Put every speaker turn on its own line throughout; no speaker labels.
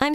I'm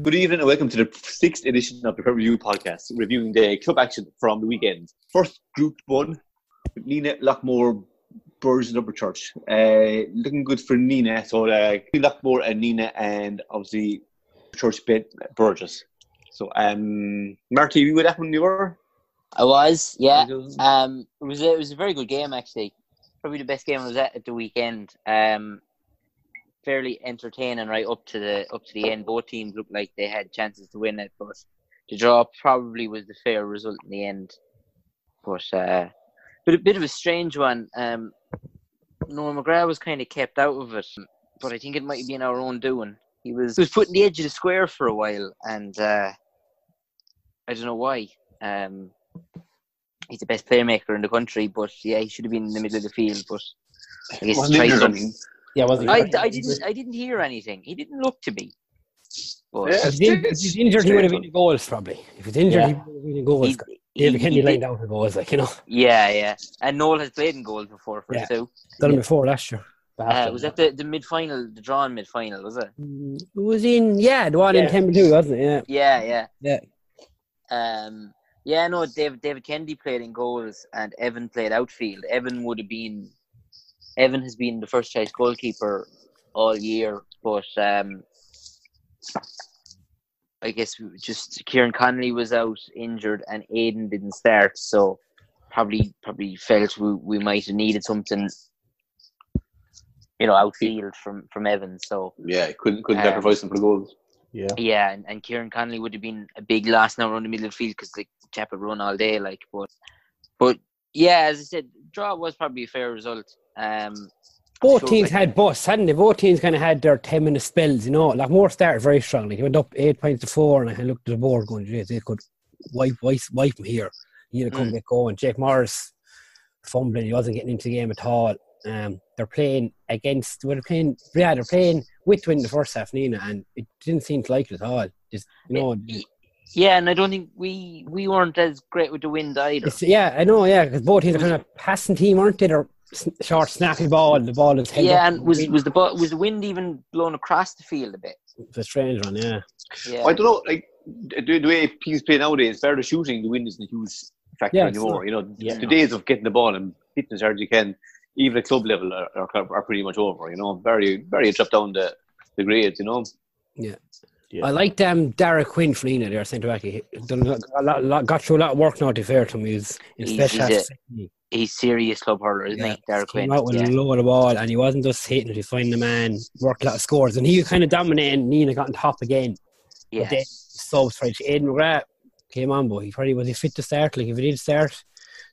Good evening and welcome to the sixth edition of the Premier Review podcast, reviewing the club action from the weekend. First, Group 1, Nina Lockmore, Burgess and Upperchurch. Uh, looking good for Nina, so uh, Lockmore and Nina and obviously Church bit Burgess. So, um, Marty, you were that when you were?
I was, yeah.
Because-
Um, it was a, it was a very good game actually. Probably the best game I was at at the weekend. Um, fairly entertaining right up to the up to the end. Both teams looked like they had chances to win it, but the draw probably was the fair result in the end. But uh, but a bit of a strange one. Um, Noah McGrath was kind of kept out of it, but I think it might have been our own doing. He was he was put in the edge of the square for a while, and uh, I don't know why. Um, he's the best playmaker in the country, but yeah, he should have been in the middle of the field. But I guess
Wasn't
try
injured, I
something.
mean.
Yeah, was he?
I, I didn't I didn't hear anything. He didn't look to me. But
Yeah,
If he's in- if he's injured, he would have been in goals probably. If he's injured, he
Yeah.
would have been in
he-
goals.
he-
David
he
Kennedy
did-
lined out for goals, like you know,
Yeah, yeah. And Noel has played in goals before for
Yeah.
two.
done it
Yeah.
before last year.
Uh, was that the, the mid final, the draw in mid final, was it?
Mm, It was in yeah, the one in
Yeah.
ten two, wasn't it? Yeah.
Yeah, yeah.
Yeah.
Um yeah, no, David David Kennedy played in goals and Evan played outfield. Evan would have been Evan has been the first choice goalkeeper all year, but um I guess we just Kieran Connolly was out injured and Aiden didn't start, so probably probably felt we, we might have needed something you know, outfield from from Evan, so
Yeah, couldn't couldn't
Um,
sacrifice him for the goals.
Yeah.
yeah, and, and Kieran Connolly would have been a big loss now around the middle of the field because the chap had run all day. Like, but, but yeah, as I said, draw was probably a fair result. Um,
Both
Sure,
teams
like-
had busts, hadn't they? Both teams kind of had their 10 minute spells, you know. Like, Moore started very strongly. He went up eight points to four, and I looked at the board going, Jeez, they could wipe, wipe, wipe him here. He didn't
Mm.
come get going. Jake Morris fumbling, he wasn't getting into the game at all. Um, they're playing against, well, they're playing, yeah, they're playing with win the first half, Nina, and it didn't seem to like it at all. Just, you know,
y- yeah, and I don't think we we weren't as great with the wind either.
it's, yeah, I know, yeah, because both teams are kind of passing team, aren't they? They're s- short, snappy ball, the ball is headed
Yeah,
up.
and was was the bu- was the wind even blown across the field a bit?
It's a strange one, yeah.
Yeah,
I don't know, like the, the way teams play nowadays, better shooting, the wind isn't a huge factor
Yeah, it's
anymore.
not.
You know,
Yeah.
the days of getting the ball and hitting as hard as you can, even at club level, are, are, are pretty much over. You know, very very dropped down the the grades. You know,
I liked um, Dara Quinn for Nina there, centre back. He done a lot, a lot, got through a lot of work now, to be fair to him. He was in
He's-
special
he's
half
a-
technique.
he's serious club hurler, isn't
Yeah.
he? Derek
Came
Quinn.
out with
Yeah.
a load of ball, and he wasn't just hitting it. He was finding the man, worked a lot of scores, and he was kind of dominating. Nina got on top again.
yeah.
But then subs for Aiden McGrath came on, but he probably was he fit to start. Like if he did start,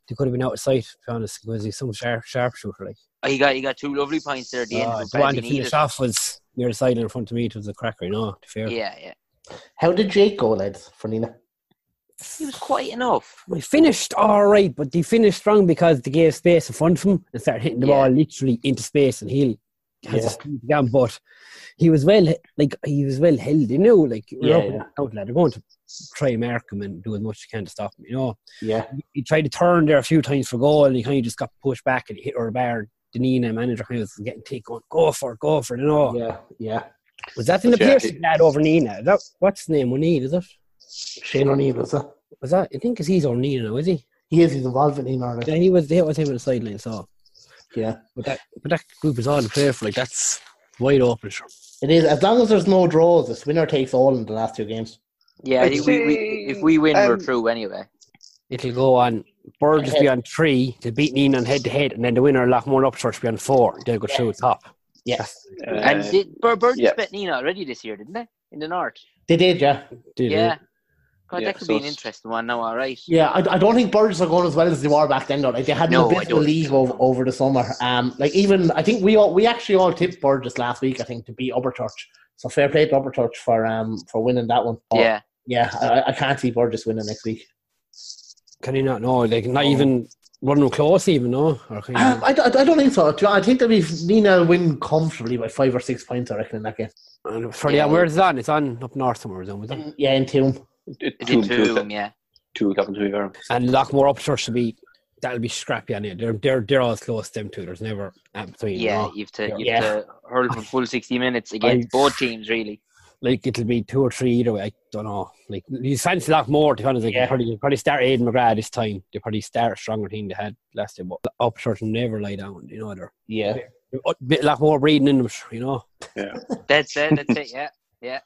they could have been out of sight. To be honest, because he's some sharp sharpshooter. Like
Oh, he got he got two lovely points there at the
Ah,
end.
the
but
one
badly
to finish
needed.
off was near the sideline in front of me. It was a cracker, you know. To be fair,
Yeah, yeah.
How did Jake go, lads, for Nina?
He was quite enough.
we finished all right, but they finished strong because they gave space in front of him and started hitting the
Yeah.
ball literally into space, and he has
Yeah.
a speed again. But he was well, like he was well held. You know, like you're
Yeah,
up and out, lad. They're going to try and mark him and do as much as you can to stop him. You know.
Yeah.
he tried to turn there a few times for goal and he kind of just got pushed back and he hit her bar. Danina, manager, kind of was getting take on. Go for it, go for it. You know,
Yeah. Yeah.
was that in the
Yeah.
piercing lad over Nina? That what's his name? O'Neill is it?
Shane O'Neill, is it?
Was that? I think it's he's O'Neill now, is he?
He is. He's involved in Nina.
Yeah, he was. That was him on the sideline. So,
Yeah.
but that but that group is all to play for. Like that's wide open. Sure.
It is. As long as there's no draws, it's winner takes all in the last two games.
Yeah,
I'd
I think we, we, if we win, we're
um,
through anyway.
It'll go on. Burgess
Head.
be on three. They'll beat Nina on head to head, and then the winner Lochmore Upchurch be on four. They'll go through the top.
Yes.
and
Uh,
did Bur- Burns
yeah.
bet Nina already this year, didn't they? In the North.
They did, yeah.
Did it.
Yeah. God,
Yeah,
that could
so
be an
it's-
interesting one now, all right.
Yeah, I, I don't think Burgess are going as well as they were back then, though. Like, they had no,
No,
a
I
bit of a
don't.
league over, over the summer. Um, like, even, I think we all, we actually all tipped Burgess last week, I think, to beat Upperchurch. So fair play to Upperchurch for um for winning that one. But,
Yeah.
Yeah, I, I can't see Burgess winning next week.
Can you not know? Like not even running close, even no. Or can you
Oh. Um, I, I, I don't think so. I think that if Nina win comfortably by five or six points, I reckon, in that game.
And sorry, yeah.
Yeah.
where is it on? It's on up north somewhere, is it? Was it?
Yeah, in Tomb.
Is
two,
it
two,
two of
two,
them, yeah.
two up into the arm.
And Lockmore up to be that'll be scrappy on it. They're they're they're all close them two. There's never um, at between. you
Yeah,
know.
you have to, you
Yeah.
have to hurl for full 60 minutes against both teams, really.
Like it'll be two or three either way. I don't know. Like you fancy Lockmore to be honest. Like,
Yeah.
yeah. probably, they'll probably start Aiden McGrath this time. They probably start a stronger team they had last time. But Upchurch never lie down. You know they're
Yeah.
they're a bit Lockmore breeding in them. You know.
That's it, that's it, yeah.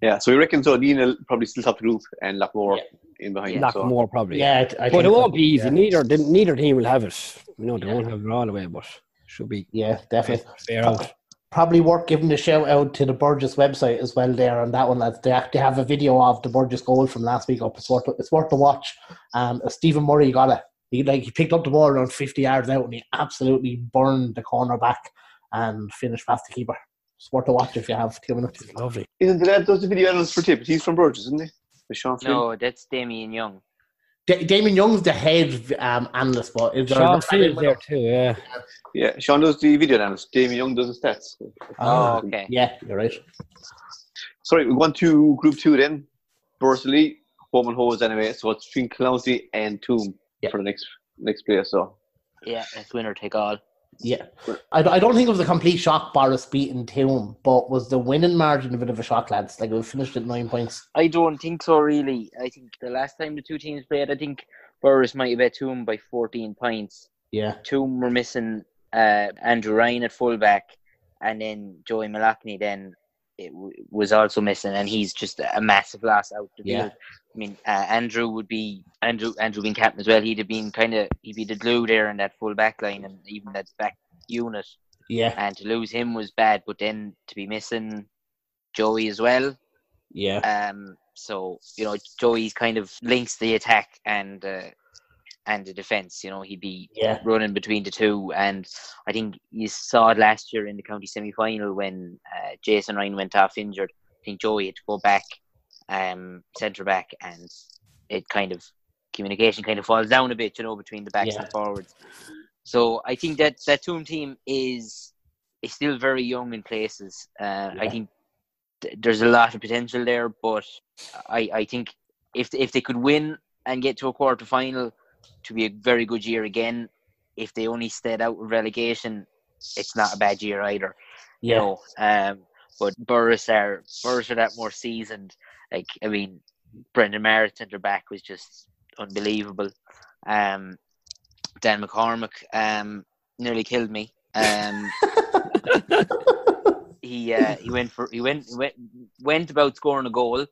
Yeah, so we reckon so. Nina probably still top the group and Lockmore in behind. so.
Lockmore probably.
Yeah, I, I
But
think
it
so.
won't be easy.
Yeah.
Neither neither team will have it. You know they won't have it all the way, but should be
Yeah, definitely.
fair out.
Probably worth giving a shout out to the Burgess website as well there on that one. Lads. They actually have a video of the Burgess goal from last week up. It's worth it's worth a watch. Um, Stephen Murray got it. He like he picked up the ball around fifty yards out and he absolutely burned the corner back and finished past the keeper. It's worth a watch if you have two minutes.
Lovely.
Isn't the lad does the video analyst for Tip? He's from Burgess, isn't he? The Sean Flynn.
No, that's Damien Young.
Da- Damien Young's the head um, analyst, but if
Sean Fields there too, yeah.
Yeah, Sean does the video analyst. Damien Young does the stats.
Oh, okay.
Ah, yeah, you're right.
Sorry, we went to Group Two then. Bursley, home and hose anyway. So it's between Clowney and Tomb
Yeah.
for the next next player. So
Yeah, that's winner take all.
Yeah. I, I don't think it was a complete shock, Boris beating Toon, but was the winning margin a bit of a shock, lads? Like, we finished at nine points.
I don't think so, really. I think the last time the two teams played, I think Burris might have bet Toom by 14 points.
Yeah.
Toom were missing uh, Andrew Ryan at fullback, and then Joey Malachny then it w- was also missing, and he's just a massive loss out the
Yeah.
field. I mean, uh, Andrew would be Andrew. Andrew being captain as well. He'd have been kind of he'd be the glue there in that full back line and even that back unit.
Yeah.
And to lose him was bad, but then to be missing Joey as well,
Yeah.
um, so you know, Joey's kind of links the attack and uh, and the defense. You know, he'd be
Yeah.
running between the two, and I think you saw it last year in the county semi final when uh, Jason Ryan went off injured. I think Joey had to go back, um, centre back, and it kind of communication kind of falls down a bit, you know, between the backs
Yeah.
and forwards. So I think that that Toom team is is still very young in places. Uh, I
Yeah.
think th- there's a lot of potential there, but I I think if if they could win and get to a quarter final, to be a very good year again. If they only stayed out with relegation, it's not a bad year either. You
Yeah.
know, um, but Burris are Burris are that more seasoned. Like I mean, Brendan Merritt centre back was just unbelievable. Um, Dan McCormick um, nearly killed me. Um, he uh, he went for he went he went went about scoring a goal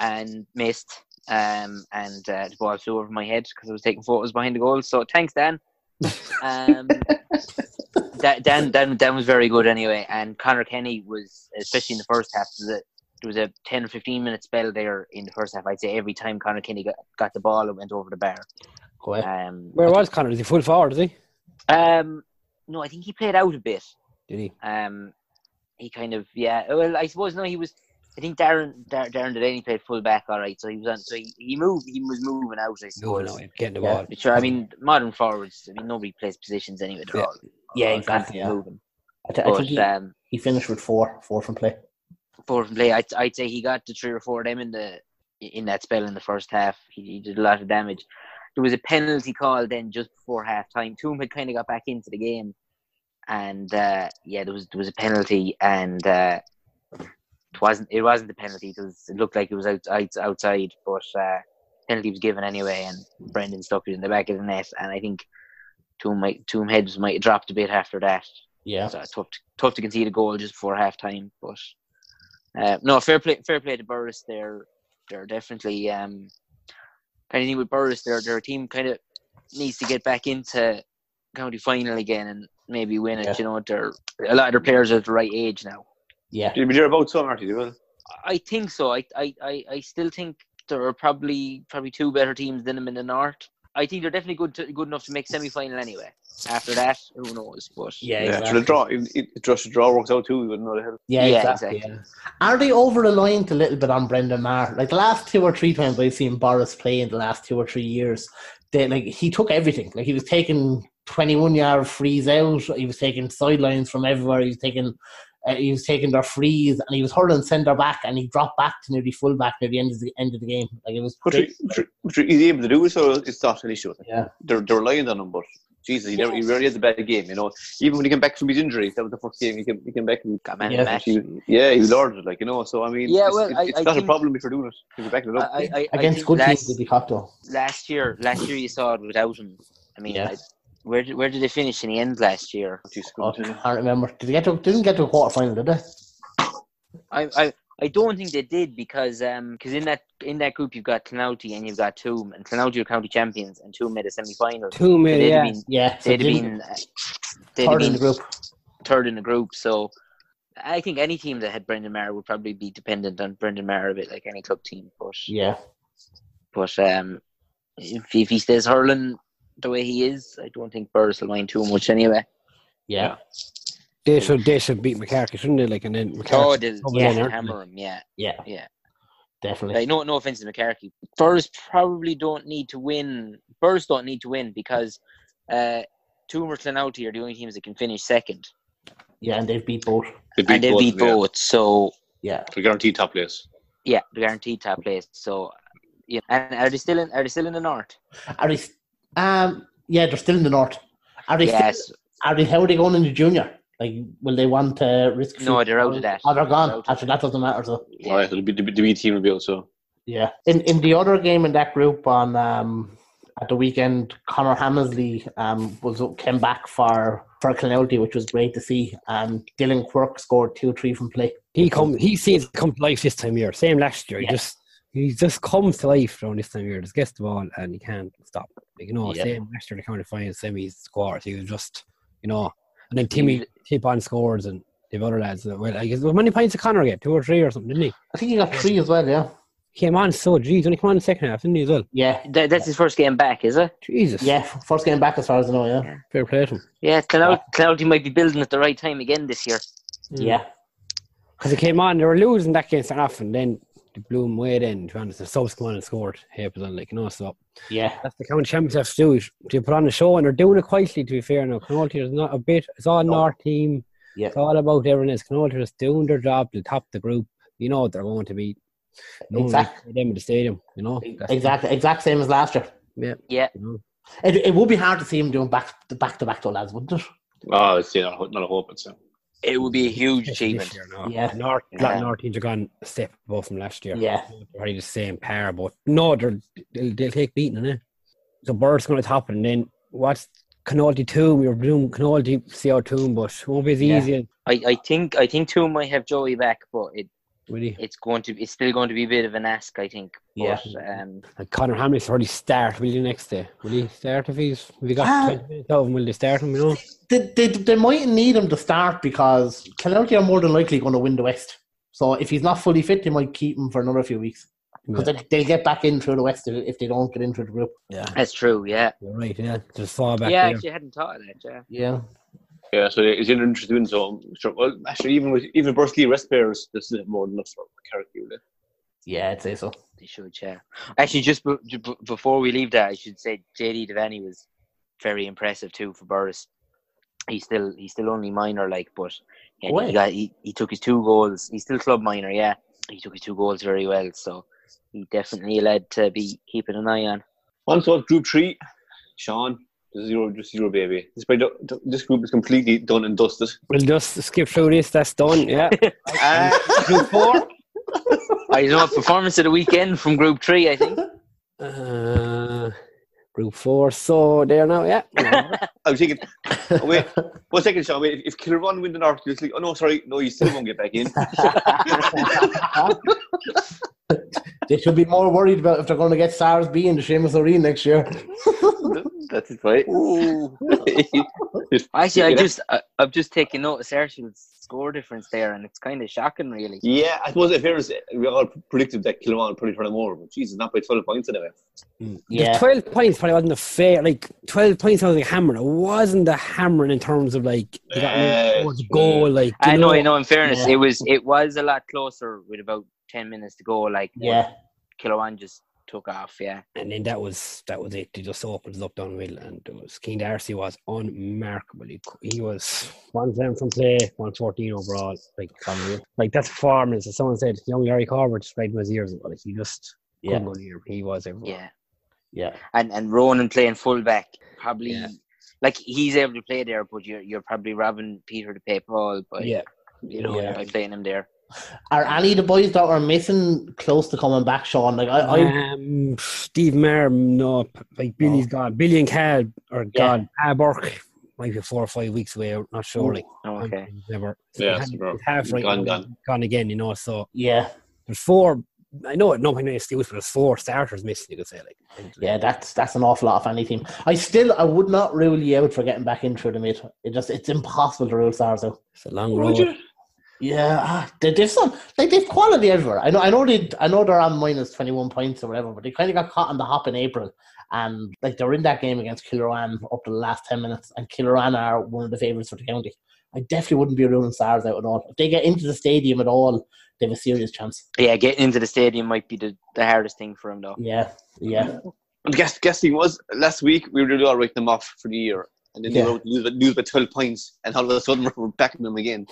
and missed. Um, and uh, the ball flew over my head because I was taking photos behind the goal. So thanks, Dan. Um, that Dan, Dan Dan was very good anyway, and Connor Kenny was especially in the first half. There was a, there was a ten or fifteen minute spell there in the first half. I'd say every time Connor Kenny got, got the ball, it went over the bar.
Go ahead.
Um,
Where was Connor? Is he full forward? Is he?
um, no, I think he played out a bit.
Did he?
Um, he kind of yeah. Well, I suppose no, he was. I think Darren Dar- Darren Delaney played full back, all right. So he was on. So he, he moved. He was moving out. I
No,
suppose.
no, he's getting the
Yeah.
ball.
But Sure, I mean modern forwards. I mean nobody plays positions anyway. They're
Yeah.
all
Yeah,
all
exactly,
constantly
yeah.
Moving.
I, th- I think
uh, But
he,
um,
he finished with four, four from play.
four from play, I'd, I'd say he got the three or four of them in the in that spell in the first half. He, he did a lot of damage. There was a penalty call then just before half time. Toom had kind of got back into the game, and uh, yeah, there was there was a penalty, and uh, it wasn't it wasn't the penalty. It, was, it looked like it was out, out, outside, but uh, penalty was given anyway, and Brendan stuck it in the back of the net, and I think Toom might Toom heads might have dropped a bit after that.
Yeah.
So it's tough to, tough to concede a goal just before half time. But uh, no, fair play, fair play to Burris. They're they're definitely um, kind of thing with Burris. Their their team kind of needs to get back into county final again and maybe win it.
Yeah.
You know, they're a lot of their players are at the right age now.
Yeah.
Did we hear about some, Marty? Well,
I think so. I I, I, I still think there are probably probably two better teams than them in the north. I think they're definitely good to, good enough to make semi final anyway. After that, who knows? But
Yeah,
yeah,
exactly.
so the draw, it, it, just the draw works out too. We wouldn't know the hell.
Yeah,
Yeah,
exactly.
exactly.
Yeah. Are they over reliant a little bit on Brendan Maher? Like the last two or three times I've seen Boris play in the last two or three years, they like he took everything. Like he was taking twenty-one yard frees out. He was taking sidelines from everywhere. He was taking. Uh, he was taking their frees and he was hurling centre back and he dropped back to nearly full back near the end of the end of the game. Like it was
But
great.
he's able to do it, so it's not an issue.
Yeah.
They're, they're relying on him, but Jesus, he, never, he rarely has a bad game, you know. Even when he came back from his injury, that was the first game he came, he came back. And,
got man
Yeah,
of the match.
he, yeah, he lorded it, like, you know. So, I mean,
Yeah,
it's,
well,
it-
I-
it's
I
not
think-
a problem if you're doing it. If you're backing it up.
I, I, I
against
think
good teams
last-
they'd be hot though.
last year last year you saw it without him i mean
Yeah.
I, where did where did they finish in the end last year
Jeez,
Oh,
couldn't-
I remember. Did they get to didn't get to a quarter final, did they?
i i I don't think they did because um because in that in that group you've got Clonaughty and you've got Toom and Clonaughty are county champions and Toom made a semi final.
Two
They'd
men,
have
yeah.
been
Yeah. so
they'd have
didn't-
been uh, they'd have
third in the
been
group.
third in the group. So I think any team that had Brendan Maher would probably be dependent on Brendan Maher a bit like any club team. But
Yeah.
but um if, if he stays hurling the way he is, I don't think Burris will mind too much anyway.
Yeah.
They should, they should beat McCarthy, shouldn't they? Like, and then
Oh,
McCarthy.
they'll
probably
yeah,
then, aren't
hammer him, yeah.
Yeah.
Yeah.
Definitely.
Like, no, no offense to McCarthy. Burrs probably don't need to win. Burrs don't need to win because uh, Toomer Clanouty are the only teams that can finish second,
Yeah, and they've beat both.
They
and they beat
of them, yeah.
both. So
Yeah.
They're guaranteed top place.
yeah, they're guaranteed top place. So yeah, and are they still in? Are they still in the north?
Are they? Um. Yeah, they're still in the north. Are they?
Yes.
Still, are they? How are they going into junior? Like, will they want to risk?
No, they're out of
Oh,
that.
Oh, they're
They're
gone.
out of
Actually, that doesn't matter. So,
Yeah.
Right, so the, the, the B team will be out, so.
yeah. In in the other game in that group on um at the weekend, Connor Hammersley um was came back for for Clonalty, which was great to see. Um, Dylan Quirk scored two three from play.
He come. He seems to come to life this time of year. Same last year. He
Yeah.
just he just comes to life around this time of year. Just gets the ball and he can't stop. Like, you know,
Yeah.
same last year the county final semis scores. He was just you know, and then Timmy tip on scores and the other lads. uh, Well, I guess how many points did Connor get? Two or three or something, didn't he?
I think he got three as well. Yeah.
He came on so geez, when he came on in the second half, didn't he as well?
Yeah.
That, that's his first game back, is it?
Jesus,
Yeah. First game back, as far as I know. Yeah.
fair play to him
Yeah, Clonaughty, Clonaughty might be building at the right time again this year.
Yeah.
because he came on. They were losing that game starting off, and then they blew him away. Then to be honest, the subs come on and scored. Hey, but then like you know, so
Yeah.
That's the county champions have to do. is They put on the show and they're doing it quietly. To be fair, now Connaughty is not a bit. It's all
No.
North team.
Yeah.
It's all about everyone is Connaughty is doing their job. They'll top the group. You know they're going to be. No
Exact-
exactly. Them in the stadium. You know. That's-
Exactly. Exact same as last year.
Yeah,
you know.
It, it would be hard to see him doing back to back to back though, lads, wouldn't it?
Oh, it's yeah, not, not a hope, it's. Uh,
it would be a huge
Especially this
achievement.
year now.
Yeah.
North,
Yeah.
North teams have gone a step above from last year.
Yeah.
They're probably the same pair, but no, they're, they'll, they'll take beating it. So Bird's going to top it, and then what's Connaughty two? We were doing Connaughty CO two, but it won't be as
Yeah.
easy as
I, I think I think two might have Joey back, but it
really.
It's going to. It's still going to be a bit of an ask, I think.
Yeah.
But, um,
And Connor Hamley's already start. Will he next day? Will he start if he's? If he got
Ah.
twenty minutes of him, will they start him? You know.
They, they, they might need him to start because Clonarty are more than likely going to win the West. So if he's not fully fit, they might keep him for another few weeks because
Yeah.
they, they get back in through the West if, if they don't get into the group.
Yeah,
that's true. Yeah.
you're right. Yeah, just saw back
yeah, I
there.
actually hadn't thought of that. Yeah.
Yeah,
Yeah, so it's interesting doing so. I'm sure. Well, actually, even with even Bursley rest players, this is more than enough for Carrick.
yeah, I'd say so.
They should. Yeah. Actually, just be, ju- be- before we leave that, I should say JD Devaney was very impressive too for Boris. He's still he's still only minor, like, but yeah,
Way.
he got he, he took his two goals. He's still club minor. Yeah, he took his two goals very well. So he definitely led to be keeping an eye on.
On to Group Three, Sean. This is your this is your baby. This, by- this group is completely done and dusted.
We'll just skip through this. That's done. Yeah.
Uh, group four. I know performance of the weekend from Group Three. I think.
Uh, group four. So there now. Yeah.
I was thinking, oh, wait, one second, Sean. Wait, if, if Kilrun win the North You'll see- oh no, sorry, no, you still won't get back in.
They should be more worried about if they're going to get Sars B in the Seamus O'Reilly next year.
Mm, That's it, right?
Actually, I
Yeah.
just I, I've just taken notice Arsenal's score difference there, and it's kind of shocking, really.
yeah, I suppose if there's we all predicted that Kilrun probably turn them over, but Jesus, not by twelve points anyway.
The twelve points probably wasn't a fair. Like twelve points sounds like a hammer. It wasn't a hammering in terms of like they got
Yeah,
towards
it's
goal. Like
Mm.
you
I know, I know. In fairness,
Yeah.
it was it was a lot closer with about ten minutes to go. Like
Yeah,
Kilowan just took off. Yeah,
And then that was that was it. They just opened it up down the middle, and it was King Darcy was unmarkable. He, cou- he was one down from play, one fourteen overall. Like from the- like that's performance. As someone said, young Larry Carver just played with his ears. Like he just
yeah,
couldn't go near. him. He was everywhere.
yeah.
yeah.
And and Ronan playing fullback probably
Yeah.
like he's able to play there, but you're you're probably robbing Peter to pay Paul. But
yeah.
you know
Yeah.
by playing him there.
Are any of the boys that are missing close to coming back, Sean? Like I, I
um, Steve Mayer, no, p- like Billy's gone. Billy and Cal are gone. Ah, Burke might be four or five weeks away. I'm Not sure. Like,
Oh,
I'm-
okay.
never.
Yeah,
It's
it's about-
half right
gone,
now,
gone.
gone again. You know, so
yeah,
there's four. I know it. No, my excuse, but there's four starters missing. You could say like.
yeah. That's that's an awful lot of any team. I still I would not rule you out for getting back in through the mid. It just it's impossible to rule Sars out.
It's a long
Would
road.
you?
Yeah, ah, they, they've some like they've quality everywhere. I know, I know they, I know they're on minus twenty one points or whatever, but they kind of got caught on the hop in April, and like they're in that game against Killoran up to the last ten minutes, and Killoran are one of the favourites for the county. I definitely wouldn't be ruling Stars out at all. If they get into the stadium at all, they have a serious chance.
Yeah, getting into the stadium might be the, the hardest thing for him though.
Yeah, yeah,
And guess guessing was last week we were really all writing them off for the year, and then
Yeah.
they wrote lose, by- lose by twelve points, and all of a sudden we're backing them again.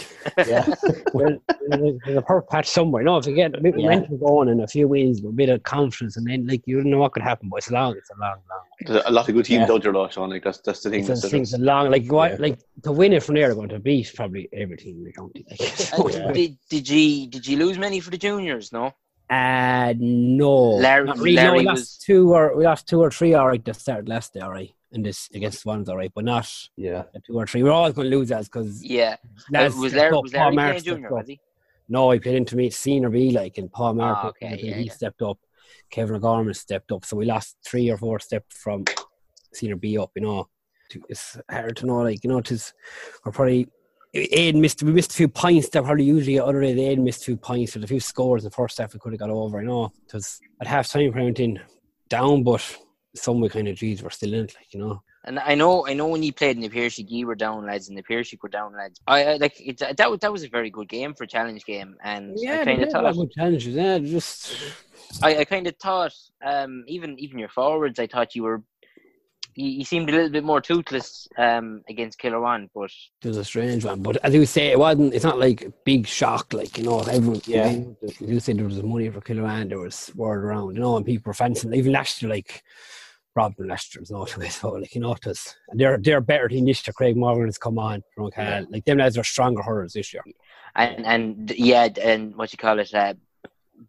yeah,
well, there's there's a perfect patch somewhere. No, if you get a bit
Yeah.
momentum going and a few wins, a bit of confidence, and then like you don't know what could happen, but it's long. It's a long, long.
There's a lot of good teams
Yeah.
out there, though, Sean. Like that's that's the thing.
It's a,
That's the
things are long. Like what? Like to win it from there, they're going to beat probably every team in the county. Like, so,
Uh, Did did you did you lose many for the juniors? No.
uh, no,
Larry-
Not really. No,
Larry
we lost
was-
two or we lost two or three. All right, that started last day. All right, and this against ones. All right, but not
yeah.
the two or three. We're always going to lose that because
Yeah. Uh, was Larry was Larry playing junior? Was he?
No, he played into me senior B like and Paul Mark.
Ah, okay, yeah,
he
yeah.
stepped up. Kevin O'Gorman stepped up. So we lost three or four steps from senior B up, you know. To- It's hard to know, like, you know, tis we're probably Aiden missed we missed a few points that probably usually other than Aiden missed two points with a few scores in the first half we could have got over, you know. Because at half time we went in down but some we kind of geez we're still in it, like, you know.
And I know, I know when he played in the Piercy, you were down lads, and the Piercy were down lads. I, I like it, that. was- That was a very good game for a challenge game, and I kind of thought,
good challenges, yeah, just
I, I kind of thought, um, even even your forwards, I thought you were, you, you seemed a little bit more toothless um, against Kilowan, but
It was a strange one, but as you say, it wasn't. It's not like a big shock, like you know. Everyone,
Yeah.
As you say there was money for Killoran, there was word around, you know, and people were fancying. Even last year, like Rob and Leicester was not away, so like you know, it was, they're they're better team this year. Craig Morgan has come on, from Cal. like them lads are stronger hurlers this year.
and and yeah, and what you call it, uh,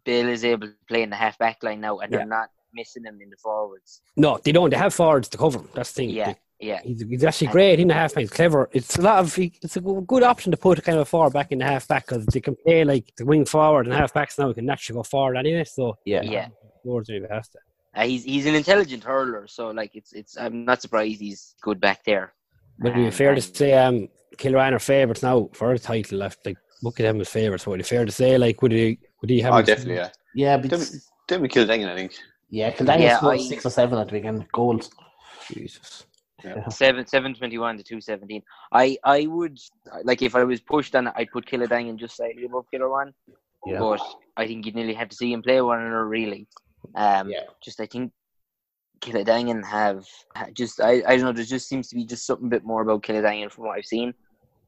Bill is able to play in the half back line now, and
Yeah.
they're not missing him in the forwards.
No, they don't. They have forwards to cover. 'em, That's the thing.
Yeah.
They-
Yeah.
He's, he's actually great in the half. He's clever. It's a lot of. he- It's a go- good option to put kind of a forward back in the half back because they can play like the wing forward and half backs now can actually go forward anyway. So
Yeah.
Yeah.
Lords maybe has to.
Uh, he's he's an intelligent hurler, so like it's it's. I'm not surprised he's good back there.
But it'd be
Um,
fair to
and-
say um, Kilran are favourites now for the title. Left like look at them as favourites. Would it be fair to say like would he would he have?
Oh, definitely, yeah.
Yeah,
Didn't
because,
we- didn't we kill Dengen, I think.
yeah, Kildang
Yeah,
scored
I-
six or seven at the weekend. Goals.
Jesus.
Seven seven twenty one to two seventeen. I I would like if I was pushed on, it, I'd put Killadang and just slightly above Killarwan.
Yeah.
But I think you'd nearly have to see him play one another really. Um,
Yeah.
Just I think Kildangan have ha- just I, I don't know. There just seems to be just something a bit more about Kildangan from what I've seen.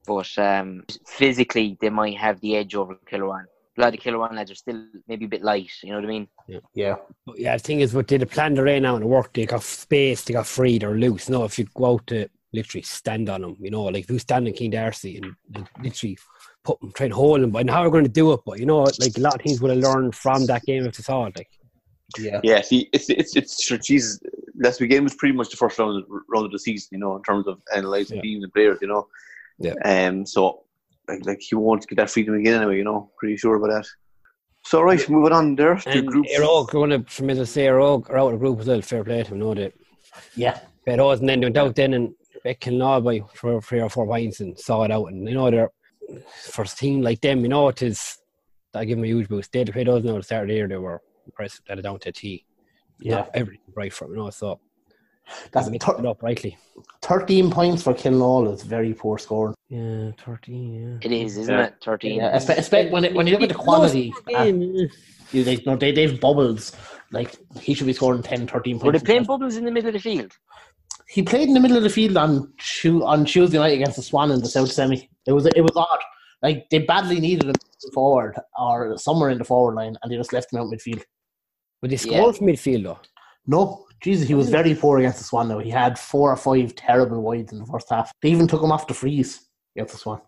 But um, physically, they might have the edge over Killarwan. A lot of Killarwan lads are still maybe a bit light. You know what I mean?
Yeah.
But yeah, the thing is, what did the plan the rain out and work? They got space, they got free, they're loose. No, if you go out to literally stand on them, you know, like if you stand on King Darcy and, and literally put them, try and hold them, but and how are going to do it? But you know, like a lot of things would have learned from that game if they saw it. Like,
Yeah.
Yeah, see, it's it's it's sure, Jesus. Last week game was pretty much the first round round of the season, you know, in terms of analysing
Yeah.
teams and players, you know.
Yeah.
Um. So, like, like he won't get that freedom again anyway, you know. Pretty sure about that. So, right, moving on there to
and
group.
they're all going to, from as I say, they're all are out of the group as well. Fair play to them, no, they
Yeah.
they had odds and then they went out then and they can all by for three or four points and saw it out. And you know, they're first team like them, you know, it is that give them a huge boost. They had played us now the start of the year, they were impressive, that are down to a T.
Yeah.
not everything right from you know, so
That's
mix
thir-
it up rightly.
13 points for Kilnall is very poor scoring.
Yeah, thirteen.
It is, isn't
Yeah.
it? Thirteen.
Yeah, espe- espe- when, it, when you look at the quality, uh, you, they, no, they, they've bubbles. Like, he should be scoring 10, 13 points.
Were they playing bubbles in the middle of the field?
he played in the middle of the field on tu- on Tuesday night against the Swan in the South Semi. It was it was odd. Like they badly needed him forward or somewhere in the forward line, and they just left him out midfield.
But they
Yeah.
scored from midfield though.
No, Jesus, he was very poor against the Swan. Though he had four or five terrible wides in the first half. They even took him off the freeze against the Swan.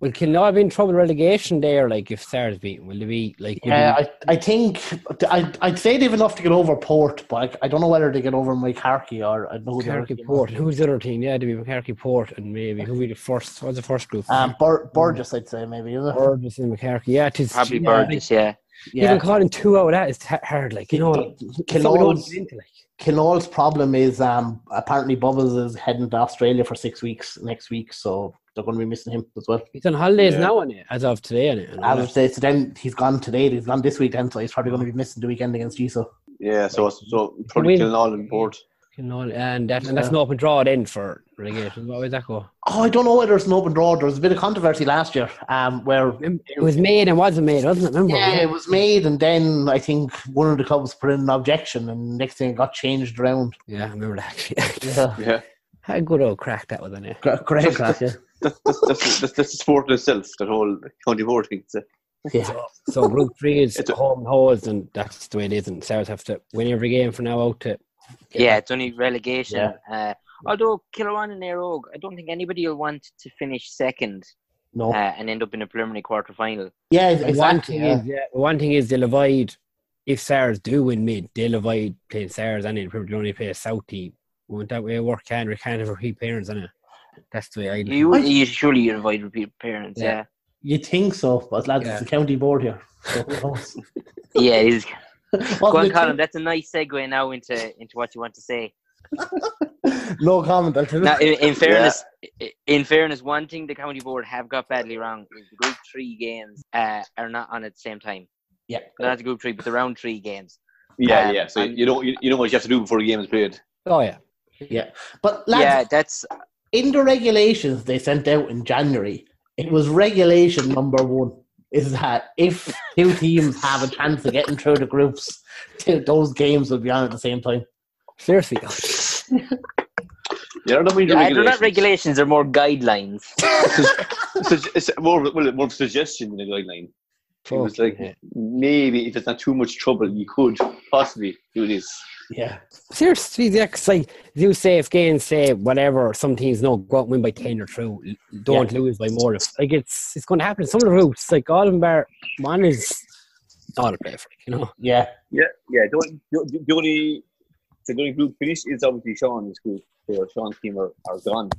Well, can not be in trouble relegation there? Like if Stars beaten, will they be like? will
Yeah,
they-
I, I think I I'd say they've enough to get over Port, but I, I don't know whether they get over Mike Harkey or I don't know who the other
Carrick
team
Port.
was.
Who's the other team? Yeah, to be McCarkey Port and maybe who be the first? What's the first group? Mm.
Um, Bur- Burgess, I'd say maybe. Is it?
Burgess and McCarkey. Yeah, it is.
Probably
yeah,
Burgess, yeah.
Like, Even calling two out of that is ha- hard. Like you know, like,
Can
someone
always-
else is into, like.
Kinall's problem is um, apparently Bubbles is heading to Australia for six weeks next week, so they're going to be missing him as well.
he's on holidays
Yeah.
now, on it as of today, on it.
As I say, so then he's gone today, he's gone this weekend, so he's probably going to be missing the weekend against Jesus.
yeah. So so probably
win.
killing all in board.
You know, and that and that's an open draw then for relegation. What would that go?
Oh, I don't know whether it's an open draw. There was a bit of controversy last year um, where
It was made and wasn't made, wasn't it? Remember?
yeah, it was made, and then I think one of the clubs put in an objection, and next thing it got changed around.
Yeah, I remember that actually.
Yeah.
Yeah.
How good old crack that was in it.
Gr- Great class, yeah.
That's that's, that's, that's that's the sport in itself. That whole county board thing. So,
yeah.
So group three is
It's a-
home and holes and that's the way it is and Stars have to win every game from now out to
Yeah, it's only relegation. Uh, although Killarwan and Airog, I don't think anybody will want to finish second
No.
uh, and end up in a preliminary quarter final.
yeah,
And one
exactly.
thing
Yeah.
is yeah, one thing is they'll avoid if Stars do win mid, they'll avoid playing Stars and they'll probably only play Southie. Won't that way work can we can't have repeat parents in it? That's the way I look at it.
You, you surely you invite repeat parents. Yeah,
Yeah.
You think so, but lads,
Yeah.
it's the county board here. So, who knows?
yeah. it is.
Wasn't
Go on,
it
Colin. That's a nice segue now into into what you want to say.
No comment. I'll tell you.
Now, in, in fairness, i- in fairness, one thing the county board have got badly wrong is the group three games uh, are not on at the same time.
yeah.
Not the group three, but the round three games.
yeah,
Um,
yeah. So
and-
you know you, you know what you have to do before the game is played.
Oh yeah.
Yeah. But lads,
yeah, that's
in the regulations they sent out in January, it was regulation number one is that if two teams have a chance of getting through the groups, th- those games will be on at the same time.
Seriously.
Yeah, I don't mean
yeah, they're
regulations.
not regulations; they're more guidelines.
So it's- it's more of, well, more of a suggestion than a guideline. It was
Fucking
like
hell.
maybe if it's not too much trouble, you could possibly do this.
Yeah.
Seriously, yeah, 'cause, like you say, if Gaines say whatever, some teams no go out and win by ten or two, don't lose by more. Like it's it's going to happen. Some of the routes, like Oldenbar, one is not a play for, you know.
Yeah.
Yeah, yeah. The, only- the, the only the only group finish is obviously Sean's group. So Sean's team are, are gone.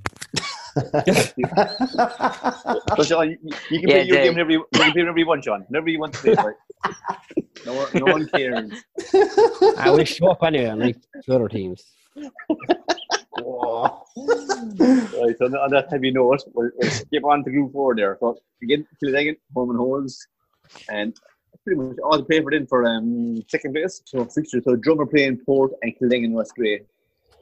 so Sean, you, you can play your
Yeah, Dave.
game whenever you, you can play whenever you want, Sean. Whenever you want to play. Right? No, one- no one cares.
I will show up anyway, unlike the other teams.
Right, so on on that heavy note, we'll, we'll skip on to group four there. So again, Kildagan, home and holes, and pretty much all the play for in for um, second place. So fixture, so drummer playing Port and Kildagan West Grey.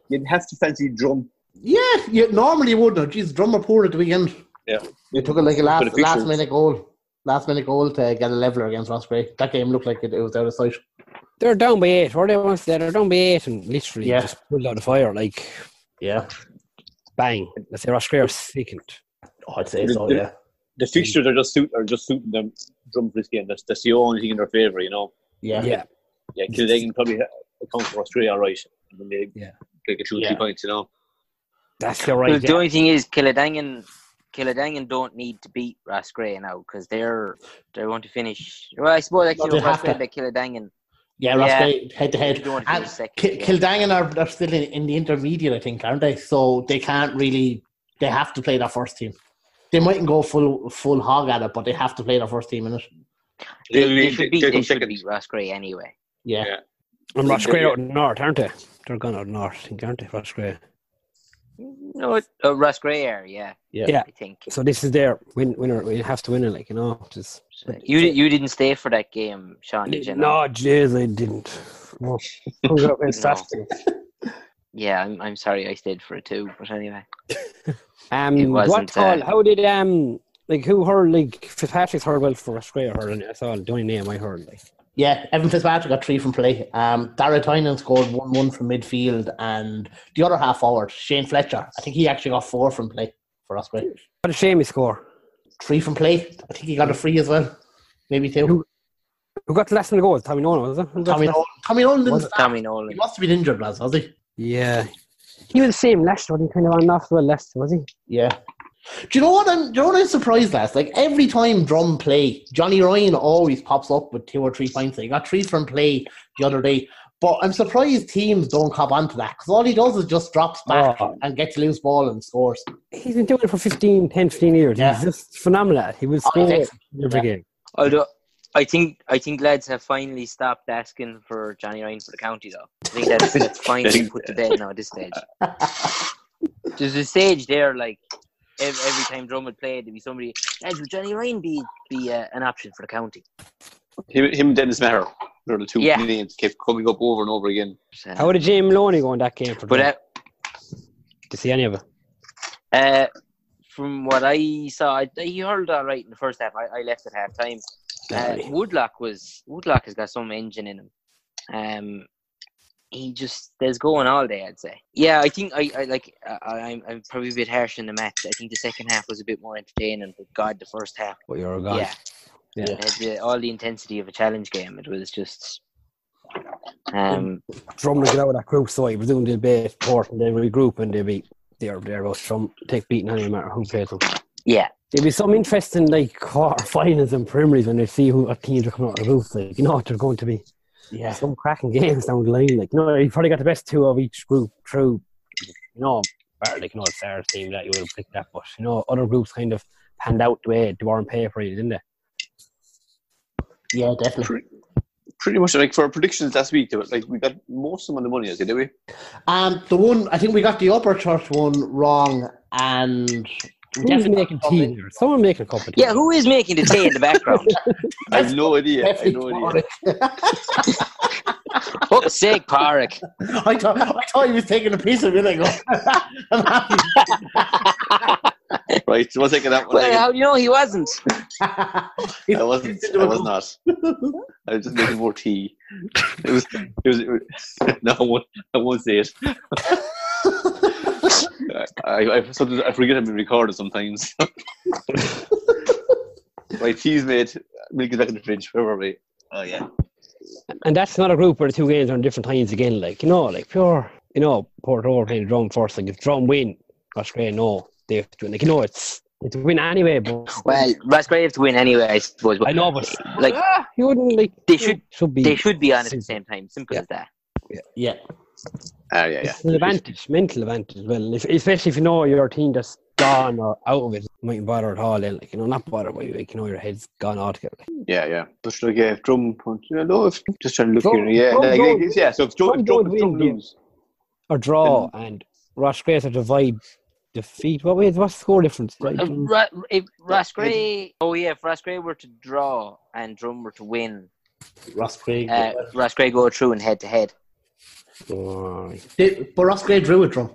You'd have to fancy drum.
yeah, you normally you wouldn't. Jeez, drummer poor at the weekend.
Yeah,
You took it like a last
fixtures.
last minute goal. Last minute goal to get a leveler against Rossbury. That game looked like it, it was out of sight.
They're down by eight, or they once they're they're down by eight and literally
Yeah.
just pulled out of fire like
Yeah.
bang. Let's say Ross Greer was second.
Oh, I'd say
The-
so,
the-
yeah.
the fixtures are just suit are just suiting them drum for this game. That's, that's the only thing in their favour, you know.
Yeah.
Yeah.
Yeah, Kildagan probably account for Australia, all right? And then they
Yeah.
take a two
Yeah.
three points, you know.
That's the
Well,
right.
The only thing is, Killadangan, Killadangan don't need to beat Raskray now because they're they want to finish. Well, I suppose
Well,
actually
they have
Raskray
to.
by Killadangan.
Yeah,
Yeah.
Rossbury head to
You
head.
don't want to
And
finish second,
Kil-
yeah.
Kildangan are, are still in, in the intermediate, I think, aren't they? So they can't really. They have to play their first team. They mightn't go full full hog at it, but they have to play their first team in it.
They,
They'll-
they
they'll
should beat
come
they should
second.
beat Raskray anyway.
Yeah.
Yeah.
And Ross Greer out north, aren't they? They're gone out north, I think, aren't they? Ross Greer.
No, it- uh, Raskray are yeah,
Yeah.
I think.
So this is their win winner. We have to win it, like you know. Just
you di- you didn't stay for that game, Sean? Did you?
no, jeez, I didn't. No. I was out in Saturday.
Yeah, I'm, I'm sorry I stayed for it too. But anyway, It
Um,
wasn't,
what hall?
uh,
How did um like who hurled like Fitzpatrick's hurled well for Australia hurling? That's all. The only name I heard like.
Yeah, Evan Fitzpatrick got three from play. Um, Dara Tynan scored 1 1 from midfield, and the other half forward, Shane Fletcher, I think he actually got four from play for us, right?
What a shame he score.
Three from play. I think he got a free as well. Maybe two.
Who got the last one to go? Tommy Nolan, was it? Who got
Tommy
the last-
Nolan. Tommy Nolan didn't
was it
start.
Tommy
He
Nolan?
must have been injured, lads, was he?
Yeah. He was the same last one, kind of on and off well last, was he?
Yeah. Do you know what I'm? Do you know what I'm surprised last? Like every time drum play, Johnny Ryan always pops up with two or three points. He got three from play the other day, but I'm surprised teams don't cop onto that because all he does is just drops back
Oh.
and gets a loose ball and scores.
He's been doing it for 15, 10, 15 years.
Yeah.
He's just phenomenal. at it. He will
Oh,
score
he's
every
excellent. Yeah.
game.
Although I think I think lads have finally stopped asking for Johnny Ryan for the county though. I think that's, that's finally put to bed now at this stage. There's a stage there like every, every time Drummond played there'd be somebody lads would Johnny Ryan be be uh, an option for the county.
Him, him and Dennis Maher are the two
Yeah.
names kept coming up over and over again.
So-
How did Jamie Maloney go in that game for
but
them?
uh,
to see any of it?
uh, from what I saw, I- he hurled all right in the first half. I, I left at half time. Uh,
Aye.
Woodlock was Woodlock has got some engine in him. Um, he just there's going all day. I'd say. Yeah, I think I, I like I, I'm I'm probably a bit harsh in the match. I think the second half was a bit more entertaining, but God, the first half.
But you're a god.
Yeah,
Yeah.
Had the- all the intensity of a challenge game. It was just. Um,
Drum to get out of that group, so I presume they'll be Port and they regroup and they'll be they're they're about some take beating no matter who plays them.
yeah,
There'll be some interesting like quarter finals and primaries when they see who what teams are coming out of the roof. Like you know what they're going to be
Yeah,
some cracking games down the line. Like you know, you probably got the best two of each group through. You know, bar like you know, it's our team that you will pick that, but you know, other groups kind of panned out the way they were on paper, didn't they?
yeah, definitely.
pretty much like for our predictions last week, they were- like we got most of them on the money, I think, didn't we?
Um, the one I think we got the upper church one wrong, and we
Who's
definitely
making
got
tea? there? Someone making a cup of tea.
yeah. Who is making the tea in the background?
I have no idea. I have
Definitely
no idea.
Warwick.
Fuck's sake, Park.
I thought I thought he was taking a piece of it. I go, I'm happy.
Right, so one second. That one
Well,
second.
how do you know he wasn't?
I wasn't. I was not. I was just making more tea. It was. It was. It was no, I won't, I won't say it. I, I, sometimes I forget I've been recorded sometimes. My tea's made. Milk is back in the fridge. Where were we? Oh yeah.
And that's not a group where the two games are on different times again. Like you know, like pure, you know, Port over playing Drum first. Like if Drum win, that's great. No, they have to win. Like you know, it's it's a win anyway. But
Well, Raspberry have to win anyway, I suppose.
I
But
know, but
like
you wouldn't like
They should-
should be
they should be on at the
Simple.
same time. Simple
Yeah.
as that.
yeah,
Ah, yeah, yeah.
It's an advantage, mental advantage as well. If, especially if you know your team that's gone or out of it, mightn't bother at all. eh, Like you know, not bother, but you, like, you know your head's gone altogether. Like,
Yeah, yeah. But like, yeah, if drum punch, you know, if just trying to look
Drum-
here. Yeah,
drum
like,
don't-
like, yeah. So if drum,
drum
if drum,
don't
if drum
win
lose,
games. or draw and Ross Grace or divide defeat. What way? What's the score difference? Right?
Uh, If Ra- if Rascray, oh yeah, if Rascray were to draw and Drum were to win,
Ross Craig.
uh, Rascray go through and head to head.
Oh, right.
Did- but Ross Gray drew with Drum.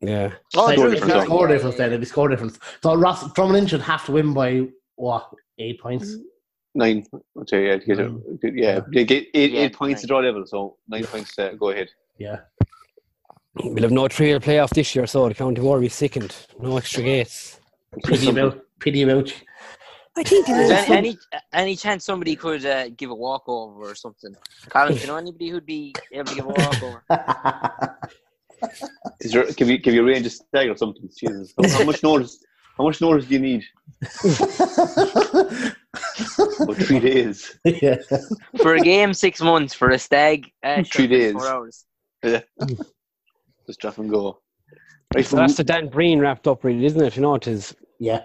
yeah.
Oh,
Like,
Score
it'd be
difference, though.
score difference then. It'd be score difference. So Ross Drummond should have to win by what eight points.
nine. I'd say, yeah, to get
Mm.
Nine.
it, yeah, they get eight,
Yeah,
eight points to
nine.
draw level, so nine points. Uh, go ahead.
Yeah.
We'll have no trial playoff this year, so the county war will be sickened. No extra gates.
Pity about. Pity about. you.
I think
Is there any any chance somebody could uh, give a walkover or something? Colin, do you know anybody who'd be able to give a walkover?
Is there, give you give you a range of stag or something? Jesus, how, how much notice? How much notice do you need? About three days.
yeah.
for a game, six months. For a stag, uh,
Three
sure, it's
days.
Four hours.
Just drop and go. Right,
So that's the Dan Breen wrapped up, really, isn't it? You know, it is.
Yeah.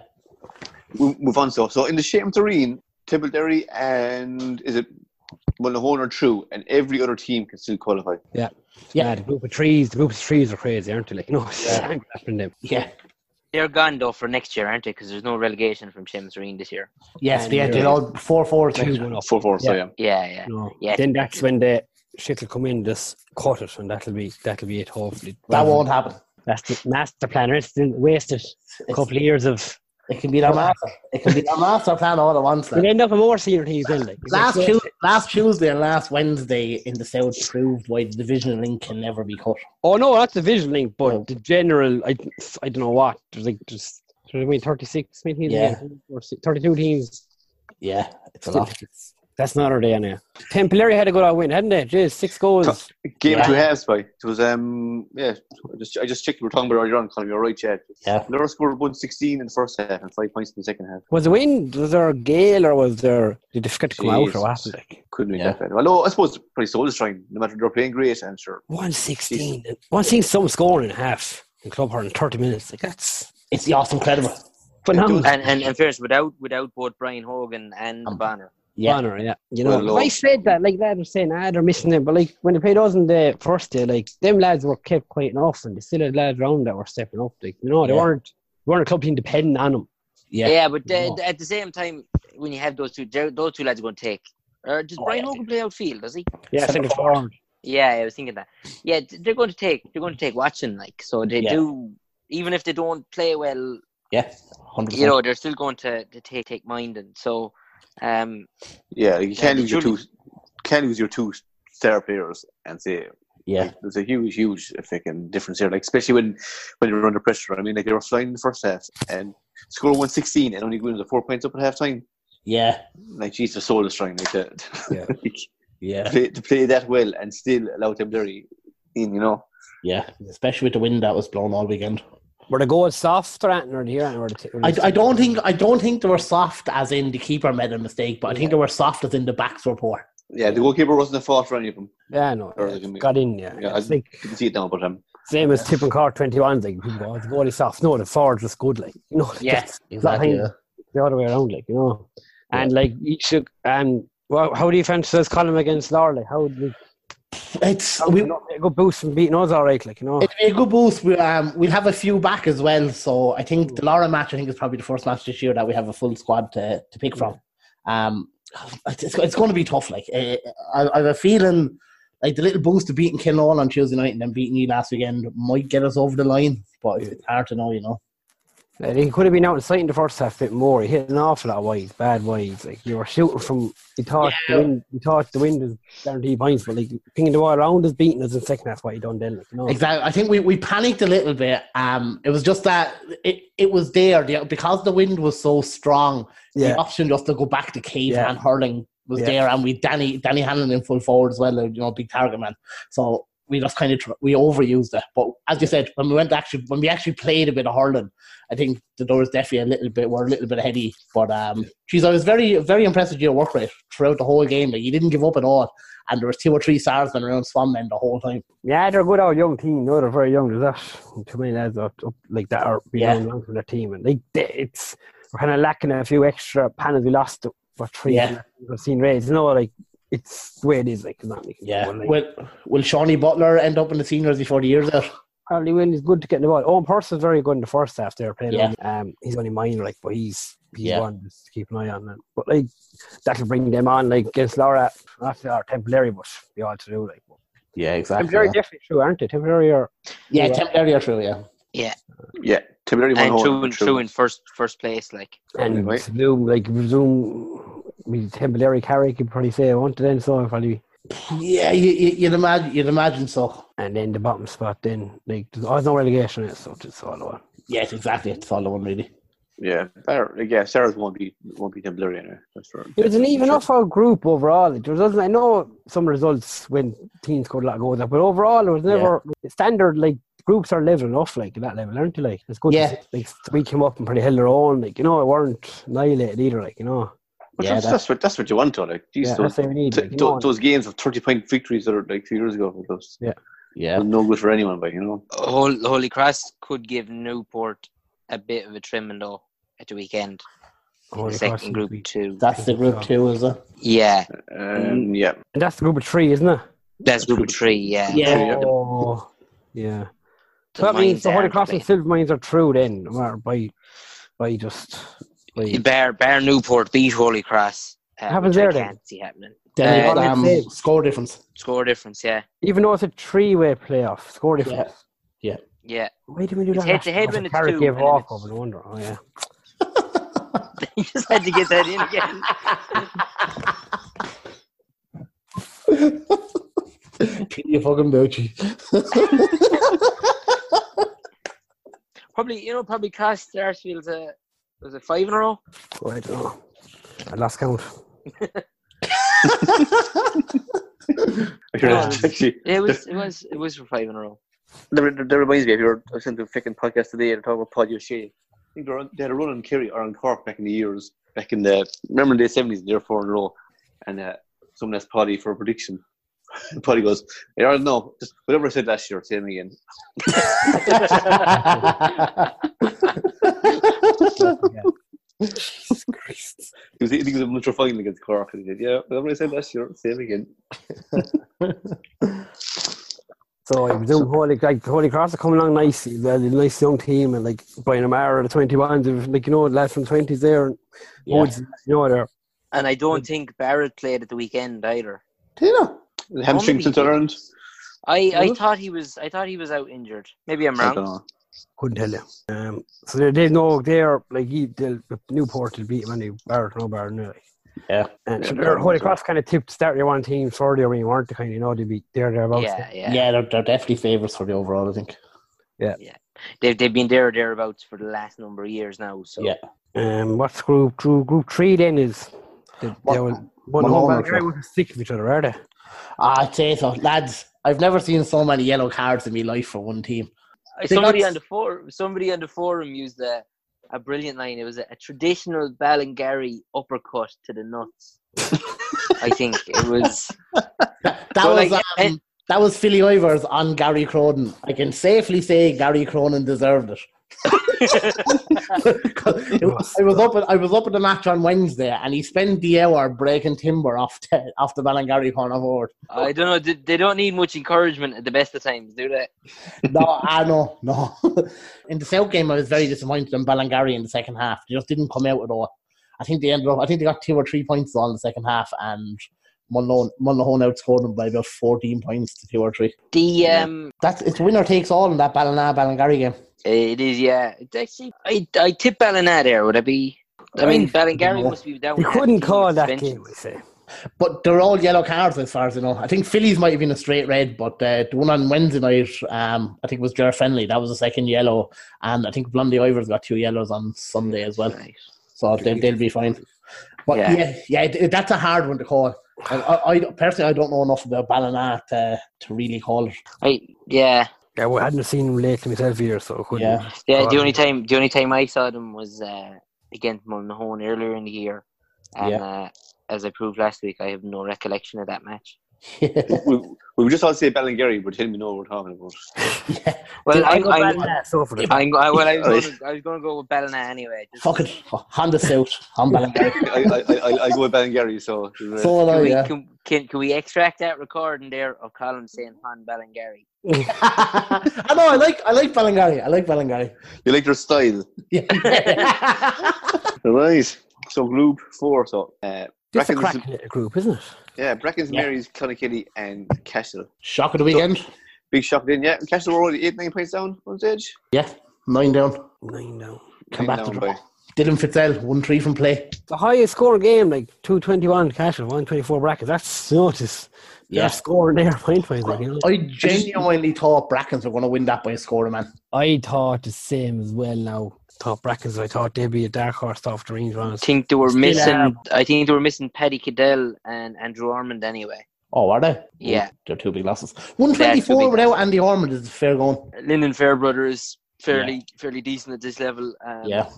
we move on. So, so in the Shame Terrain, Tibbleberry and is it Mullinahone are true, and every other team can still qualify.
Yeah.
Yeah.
Yeah. the group of trees, the group of trees are crazy, aren't they? Like, you know,
Yeah.
yeah. them.
Yeah.
They're gone though for next year, aren't they? Because there's no relegation from Shem's Reen this year.
Yes.
And
Yeah.
you're-
They all four fours.
Two
next
one
round.
up.
Oh, Four four. So yeah,
Yeah, yeah.
you know.
Yeah.
Then that's when the shit will come in, just cut it, and that'll be that'll be it. Hopefully,
That
Whatever.
won't happen.
That's the master plan. It's been wasted a couple of years of.
It can be our master. It can be our master plan all at once.
We'll
Like.
end up with more senior teams then. Like,
Last,
Like,
tu- last Tuesday and last Wednesday in the South proved why the divisional link can never be cut.
Oh no, that's the visual link, but the general, I, I don't know what. There's like just there's only 36 teams,
Yeah.
or si- 32 teams.
Yeah, it's a lot.
That's not our day anyway. Templary had a good old win, hadn't they? Jeez, six goals.
game
Yeah.
two halves. By it was um yeah. I just I just checked we were talking about earlier on. Colin, you're right, Chad.
Yeah.
Lure scored one sixteen in the first half and five points in the second half.
Was the win? Was there a gale or was there? Did they forget to come out or what?
Jesus.
happened, Like,
Couldn't be
Yeah.
that bad. Although I suppose pretty soul is trying. No matter they're playing great, I'm sure.
116. 116 some scoring in half in club hard in 30 minutes. Like that's
It's the awesome incredible.
phenomenal.
And and and fairness, without without both Brian Hogan and
Um,
Bonner.
Yeah.
Bonner, yeah. You know,
Well,
if I
look-
said that, like lads were saying, ah, they're missing them. But like when they played us in the first day, like them lads were kept quite enough, and they still had lads around that were stepping up. Like you know, they
Yeah.
weren't they weren't a club team dependent on them.
Yeah.
Yeah, but uh,
No.
at the same time, when you have those two, they're- those two lads are going to take. Or does
Oh,
Brian
yeah.
Hogan play outfield? Does he?
Yeah,
Centre
centre forward.
Yeah, I was thinking that. Yeah, th- they're going to take. They're going to take watching. Like so, they
Yeah.
do. Even if they don't play well,
Yeah. 100%.
Mm-hmm.
you know, they're still going to, to take take mind. And so, um,
Yeah, like, you can't
they
lose your two.
should-
Can't lose your two star players and say
yeah.
Like, there's a huge, huge freaking difference here. Like especially when when you're under pressure. I mean, like they were flying in the first half and score one sixteen and only going to four points up at half time.
Yeah.
Like jeez, the soul is trying like that.
Yeah.
like, to,
Yeah.
play, to play that well and still allow them dirty in, you know.
Yeah. Especially with the wind that was blown all weekend.
Were the goals soft or anything, or the here? Or the t-
I, I don't think I don't think they were soft as in the keeper made a mistake, but I think they were soft as in the backs were poor.
Yeah, the goalkeeper wasn't a fault for any of them.
yeah, no,
Or
yeah,
they can be-
got in. Yeah,
Yeah, I
it's like
didn't see it now, but um,
same as Tip and Car 21. Like people go, oh, the goalie soft. No, the forward was good. Like you know,
Yeah.
that's- the other way around, like you know. And like each um, well, how do you fancy us Colin against Laura? Like how do
It's
we
we,
got a good boost from beating us all right, like you know.
it'd be a good boost. We um we'll have a few back as well, so I think the Laura match I think is probably the first match this year that we have a full squad to, to pick from. Um, it's, it's going to be tough. Like eh, I, I have a feeling like the little boost of beating Kilnall on Tuesday night and then beating you last weekend might get us over the line, but it's hard to know, you know.
Like, he could have been out in sight in the first half a bit more. He hit an awful lot of wides, bad wides. Like you were shooting from you thought
Yeah.
the wind you thought the wind is guaranteed points, but like pinging the wall around is beating us in second half what he done then, like you know.
Exactly. I think we, we panicked a little bit. Um, it was just that it, it was there the, because the wind was so strong.
Yeah.
The option just to go back to cave
Yeah.
and hurling was
Yeah.
uh, there, and we Danny Danny Hanlon in full forward as well. You know, big target man. So we just kind of tr- we overused it. But as you said, when we went actually when we actually played a bit of hurling, I think the doors definitely a little bit were a little bit heady. But um, geez, I was very very impressed with your work rate throughout the whole game. Like you didn't give up at all, and there was two or three Sarsmen around Swanmen the whole time.
Yeah, they're a good old young team. No, they're very young. There's that too many lads up, up like that are
Yeah.
behind long from their team, and like they, it's we're kind of lacking a few extra panels. We lost for three.
Yeah.
I've seen raids. You know, like it's the way it is. Like it's not making
Yeah.
one, like,
Will Will Shawnee Butler end up in the seniors before the year's out?
Charlie Wynn is good to get the ball. Owen Purcell's very good in the first half there playing.
Yeah.
on- Um, he's only minor, like, but he's he's
Yeah.
one just to keep an eye on. And, but like that'll bring them on like against Laura after our temporary, but be all to do like. But,
Yeah, exactly.
temporary definitely true, aren't they? Temporary or
Yeah, temporary are true. Yeah.
Yeah, Tipperary one
and true
hole.
and true in first first place. Like
and
Right.
presume like presume we temporary carry could probably say I want to then so probably
Yeah, you, you, you'd imagine you'd imagine so.
and then the bottom spot then like there's always no relegation in it, so it's all on.
Yes, exactly. It's all the one really.
Yeah, better. Yeah, Sarah's won't be won't be Tipperary anyway. That's for
It was an even
sure.
off our group overall. It was, I know some results when teams scored a lot of goals, but overall it was never standard. Like groups are level enough, like at that level, aren't they? Like it's good. to
Yeah.
see, Like we came up and pretty held our own. Like you know, it weren't annihilated either. Like you know,
But
Yeah,
that's, that's what that's what you want, though. Like, geez,
yeah,
those,
that's what we need.
t-
like, you know,
those, those games of thirty point victories that are like two years ago with those.
Yeah.
No good for anyone, but you know.
Hol- Holy Cross could give Newport a bit of a trimming though at the weekend. in
Holy
the
Cross
second
would
group
be-
two.
That's the group two, is it?
Yeah,
Mm-hmm.
Um, yeah,
and that's the group of three, isn't it?
that's group three. Yeah,
Yeah.
Oh, yeah.
The
So that means
mines
the Holy
aren't
Cross and
playing.
Silver Mines are through then, or by by just. By,
Bear Bear Newport beat Holy Cross. Uh,
Happens
which I
there then.
Can't see happening.
Then
Uh,
you've got,
Well,
um,
it's it.
score difference.
Score difference. Yeah,
even though it's a three-way playoff, score difference.
yeah.
Why did we do
It's
that?
head to head
last-
when
oh,
it's
Carrick
two,
gave
and then
off
it's-
of no wonder. Oh yeah.
you just had to get that in again.
Pity you fucking booty.
Probably you know probably cost Starsfield's a was it five in a row?
Oh, I don't know. I lost count.
You're right, actually,
It was it was it was for five in a row.
that, re- that reminds me. If you were listening to a freaking podcast today and talking about Pod O'Shea, I think they were on- they had a run on Kerry or on Cork back in the years, back in the remember in the seventies, they were four in a row, and uh, someone asked Paddy for a prediction. Paddy goes, "I don't know, just whatever I said last year, same again." He was, I think it was a neutral final against Cork, and he did, "Yeah, whatever I said last year, same again."
So I presume Holy like Holy Cross are coming along nicely. They're a nice young team, and like Brian O'Mara, the twenty ones, like you know, lads from twenties there, and
Yeah.
Woods, you know, they're
And I don't think Barrett played at the weekend either.
The hamstrings in Ireland.
I, I thought he was I thought he was out injured. Maybe I'm
I
wrong.
don't know.
couldn't tell you. Um, so they, they know they're like he, they'll, Newport will beat them any Barrett, no Barrett, no. like.
Yeah.
And so
Yeah,
they're, Holy
so-
Cross kind of tipped start your one team sorry when you weren't to kind of you know they'd be there thereabouts.
Yeah, yeah,
Yeah, they're, they're definitely favourites for the overall, I think.
They've they've been there or thereabouts for the last number of years now. So
Yeah.
Um, what's group group group three then is the,
What-
they were
what
one home
home
and
are they?
were sick of each other, are they?
I'd say so. Lads, I've never seen so many yellow cards in my life for one team.
Uh,
They
somebody
got-
on the for somebody on the forum used a, a brilliant line. It was a, a traditional Ballingarry uppercut to the nuts. I think it was
That
So,
was
like,
um, that was Philly Ivers on Gary Cronin. I can safely say Gary Cronin deserved it. It was- I was up. At, I was up at the match on Wednesday, and he spent the hour breaking timber off the, off the Balangari corner forward.
I don't know. They, they don't need much encouragement at the best of times, do they?
No, I know, no. in the South game, I was very disappointed in Balangari in the second half. They just didn't come out at all. I think they ended up. I think they got two or three points on in the second half, and Mulhone Mulhone outscored them by about fourteen points to two or three.
The um,
That's it's winner takes all in that Ballina Balangari game.
It is, yeah. It's actually, I I tip Ballina there. Would I be? I mean, Ballingarry must be down.
You
with
couldn't
team
call that
suspensions.
game, I say.
But they're all yellow cards as far as I know. I think Phillies might have been a straight red, but uh, the one on Wednesday night, um, I think it was Jer Fenley, that was the second yellow. And I think Blondie Ivers got two yellows on Sunday as well.
Right.
So they, they'll be fine. But
Yeah.
yeah, yeah, it- it- that's a hard one to call. I, I, I personally I don't know enough about Ballina to, to really call it.
I, yeah,
Yeah, well, I hadn't seen him lately myself here, so I couldn't.
Yeah.
yeah.
God.
The only time, the only time I saw them was uh, against Mulhone earlier in the year, and
Yeah.
uh, as I proved last week, I have no recollection of that match.
we, we would just all say Bellingerry, but him we know what we're talking about.
Well,
I
I'm,
go
I'm,
back to that stuff for them.
I'm, I, well, I was
Sorry.
gonna, I was going to go with Ballina anyway. Just
Fucking hand us out. I'm Ballina.
I, I, I, I go with Bellingerry, so.
So will I,
oh,
Can we,
yeah.
can, can, can we extract that recording there of Colin saying Han Balangari?
I know. I like I like Ballingari. I like Ballingari.
you like their style.
Yeah.
Right. So, group four. So, uh,
It's a
Bracken's-
crack in it, group, isn't it?
Yeah, Brackens,
Yeah.
Marys, Clonakilly, and Cashel.
Shock of the weekend.
Big shock then, yeah. Cashel were already eight, nine points down on stage.
Yeah, nine down.
Nine down.
Come
Nine
back to
down
draw.
by-
Dylan Fitzell, one three from play.
The highest score game, like 221 Cashel, 124 brackets. That's notice. Yeah.
Yeah.
They're scoring there, point wise. Like, you know?
I genuinely thought Brackens were going to win that by a score, man.
I thought the same as well now. Thought brackets, I thought they'd be a dark horse off the range
I
rounds.
think they were
Still
missing.
am.
I think they were missing Paddy Cadell and Andrew Armand anyway.
Oh, are they?
Yeah.
They're two big losses. 124
big-
without Andy Ormond is fair going.
Lyndon Fairbrother is fairly fairly decent at this level. Um,
Yeah.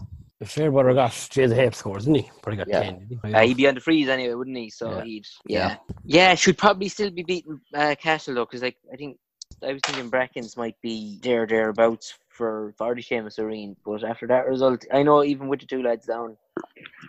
Fairbrother got Jay the Hape scores, didn't he? Probably got
Yeah.
10. Didn't he?
uh, he'd be on the freeze anyway, wouldn't he? So
Yeah.
he'd
Yeah.
yeah. yeah should probably still be beating uh, Castle though, because like I think I was thinking Brackens might be there thereabouts for for the Seamus Arene, but after that result, I know even with the two lads down,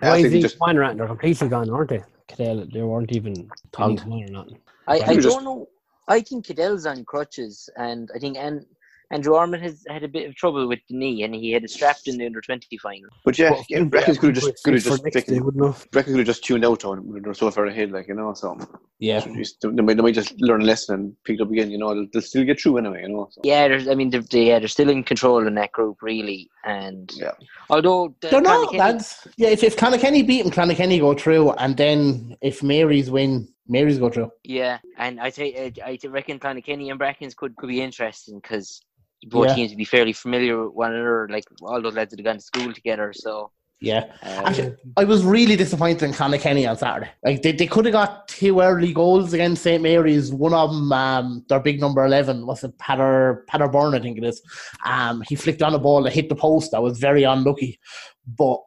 I
Why
think
is
he
he
just-
just wine around? They're completely gone, aren't they? Cadell, they weren't even
Tongued.
tongued or nothing.
I,
Right.
I
You
don't
just-
know. I think Cadell's on crutches, and I think and Andrew Armand has had a bit of trouble with the knee, and he had it strapped in the under twenty final.
But yeah, yeah Brackens could have just, could have
For
just,
next
taken-
day, wouldn't they?
Brackens could have just tuned out on it when they're so far ahead, like, you know, so.
Yeah.
Just, they, might, they might just learn a lesson and pick it up again, you know, they'll, they'll still get through anyway, you know. So.
Yeah, there's, I mean, they're, they, yeah, they're still in control in that group, really. And
Yeah.
although the
They're not,
Clonakilly-
lads. Yeah, if, if Kenny beat them, Kenny go through. And then if Mary's win, Mary's go through.
yeah, and I think I th- reckon Kenny and Brackens could could be interesting because both
Yeah.
teams would be fairly familiar with one another. Like all those lads that have gone to school together, so
Yeah.
um,
Actually, I was really disappointed in Kenny on Saturday. Like they, they could have got two early goals against St Mary's. One of them, um, their big number eleven, was it Patter Patter Byrne, I think it is. Um, he flicked on a ball that hit the post. That was very unlucky, but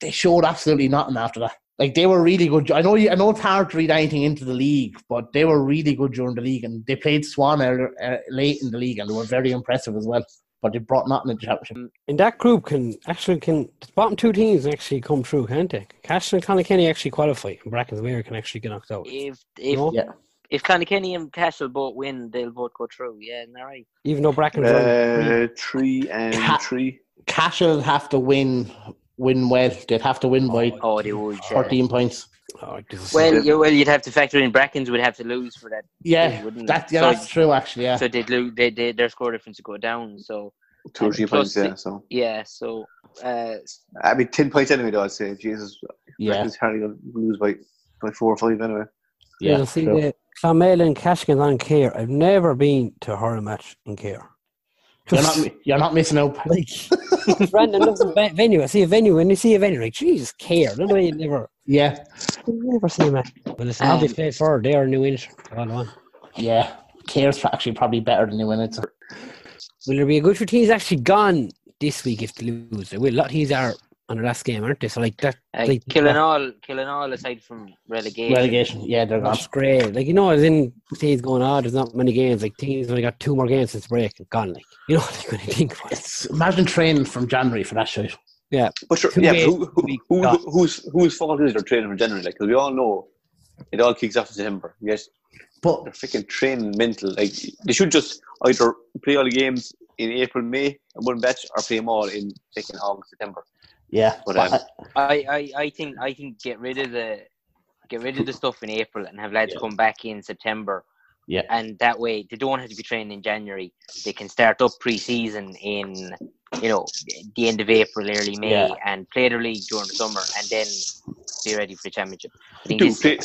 they showed absolutely nothing after that. Like they were really good. I know you, I know it's hard to read anything into the league, but they were really good during the league, and they played Swan earlier, uh, late in the league, and they were very impressive as well. But they brought nothing in the championship.
In that group, can actually can the bottom two teams actually come through, can't they? Cash and Kenny actually qualify, and Brackens Weir can actually get knocked out.
if if
No?
Yeah.
if Kenny and Castle both win, they'll both go through. Yeah, isn't that right?
Even though Brackens are
Uh, three and
Ca-
three.
Cashel have to win win well. They'd have to win by
Oh, they would. yeah.
fourteen points.
oh, this is-
Well, yeah, well, you'd have to factor in Brackens would have to lose for that.
Yeah,
wouldn't
that,
it?
yeah
So-
that's true actually. Yeah,
So they'd lose. They, they, their score difference would go down. So
Two or
and
three
plus
points, yeah.
six.
So
yeah. So uh,
I mean, ten points anyway. Though I'd say, Jesus,
yeah,
Brackens hardly gonna lose by by four or five anyway.
yeah.
you'll see
true.
the Clamel and Cashkin on Care. I've never been to a horror match in Care.
You're not mi- you're not missing out.
like it's random that's a ve- venue. I see a venue and you see a venue like Jesus care. No way you never
Yeah,
you never see a match. But listen,
Um,
how they played for they are new in it. Well done.
yeah. Care's actually probably better than you win it.
Will there be a good for teams actually gone this week if they lose? There will a lot of teams are on their last game, aren't they? So like that
uh,
like
killing all, killing all aside from relegation.
Relegation. Yeah, they're gone.
that's great. Like you know, as in teams going on, there's not many games. Like teams only got two more games since break and gone like you know like when you think about it.
It's, imagine training from January for that shit.
Yeah.
But sure,
Two
yeah, but
ways
who,
to
who,
be
who,
got.
who's whose fault is their training from January? Like, 'cause we all know it all kicks off in September. Yes,
But
they're freaking training mental. Like, they should just either play all the games in April, May, in one batch, or play them all in freaking August, September.
yeah,
But,
but,
um,
I, I, I think, I think get rid of the, get rid of the stuff in April and have lads
Yeah.
come back in September.
Yeah.
And that way they don't have to be training in January. They can start up pre-season in, you know, the end of April, early May,
Yeah.
and play their league during the summer, and then be ready for the championship. I think
Dude,
this-
play,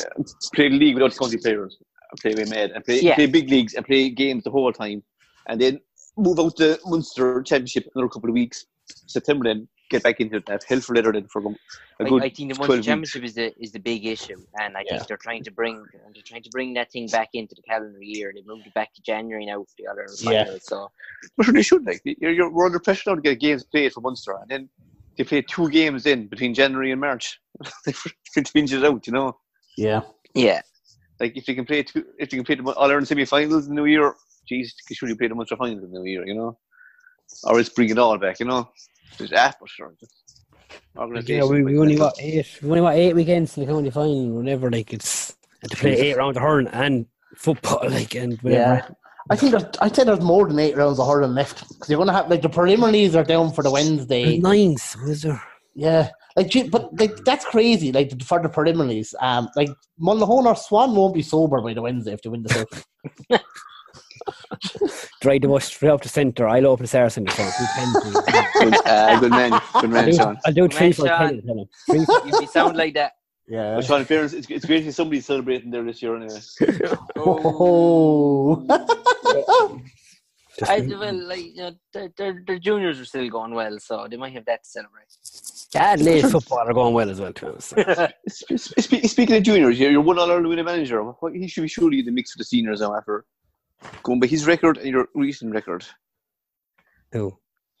play the league without county players. Play with mad and play,
Yeah.
play big leagues and play games the whole time, and then move out to Munster Championship another couple of weeks. September then get back into that hell for leather then for a good
I, I think the
12
Munster
weeks.
Championship is the is the big issue, and I
Yeah.
think they're trying to bring they're trying to bring that thing back into the calendar year. They moved it back to January now for the other
Yeah.
finals. So
But sure they should. Like you're, you're, we're under pressure now to get games played for Munster, and then they play two games in between January and March. they change it out, you know.
Yeah.
yeah,
Like if they can play two, if they can play the All Ireland semi-finals in the New Year, geez, they should you play the Munster finals in the New Year, you know? Or it's bring it all back, you know? Just ah, but sure.
You know, we, we only got eight. We only got eight weekends to the county final. Whenever like it's and to play eight rounds of hurling and football, like and whatever.
Yeah. I think there's, I'd say there's more than eight rounds of hurling left because you're going to have like the preliminaries are down for the
There's
Wednesday.
nine. So is there?
Yeah, like gee, but like that's crazy. Like for the preliminaries, um, like Mulholland or Swan won't be sober by the Wednesday if they win the South.
Drive the bus straight up to centre. I'll open the Saracen account. You can do.
Good, ah, good man, good man, Sean.
I'll do three for a
Sean.
penny. tell him. Three for-
you sound like that.
yeah.
But Sean, parents, it's, it's great to see somebody celebrating there this year anyway.
Oh.
I, well, like you know, their, their, their juniors are still going well, so they might have that to celebrate.
Dad Lee's football are going well as well. To be honest,
Sp- sp- Speaking of juniors, you're you're one All Ireland winning manager. What- He should be surely in the mix for the seniors now after going by his record and your recent record.
Who?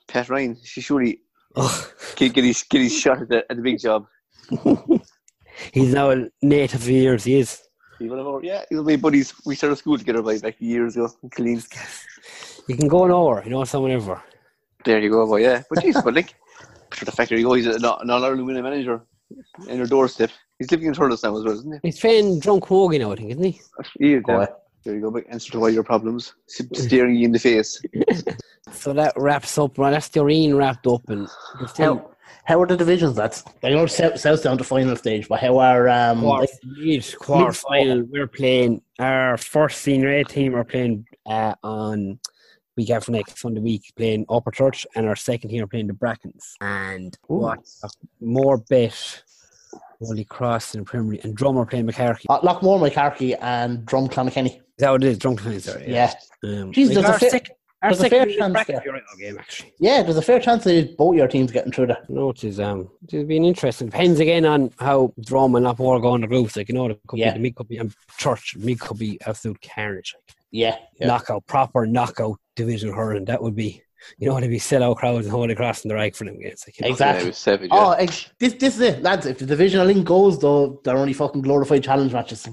Pat Ryan, she surely
Oh,
get, get his get his shot at the, at the big job.
he's now a native for years. He is.
He will have all- yeah, he'll be buddies. We started school together by back years ago. Clean.
You can go an hour. You know someone ever.
There you go, boy. Yeah, but jeez, but like, but for the fact that he goes, he's an All Ireland winning manager in your doorstep. He's living in Turles now as well, isn't he?
He's playing drunk Hogan now, I think, isn't he?
He is, yeah.
Boy.
There you go, big answer to all your problems. Staring you in the face.
So that wraps up. Right, that's the arena wrapped up, and we're still-
How, how are the divisions? That's I know South, South's down to final stage, but how are um?
Quarter,
like-
yes, quarter final. We're playing our first senior A team. Are playing uh, on week after next Sunday week, playing Upper Church, and our second team are playing the Brackens. And what a more bet? Holy Cross in the Premier League, and Drummer playing McCarkey.
uh, Lockmore, McCarkey, and Drum Clonkenny.
Is that what it is? Drunk fans, sorry.
Yeah,
Um,
Jeez, there's a
our
fair-
sec- our
there's a
second
fair
league
chance
bracket
there.
be a right old game, actually.
yeah. There's a fair chance that both your teams getting through that.
No, it is. Um, it'll be an interesting. Depends again on how Drum and Lapore go on the route. Like you know, it could
Yeah.
be the mid could be um, Church, mid could be absolute carnage.
Yeah,
knockout, proper knockout division hurling. That would be, you know, it'd be sellout crowds and Holy Cross and the right for them games. Like, you know.
exactly.
Yeah, it was savage. Yeah.
Oh, ex- this this is it, lads. If the divisional link goes, though, they're only fucking glorified challenge matches.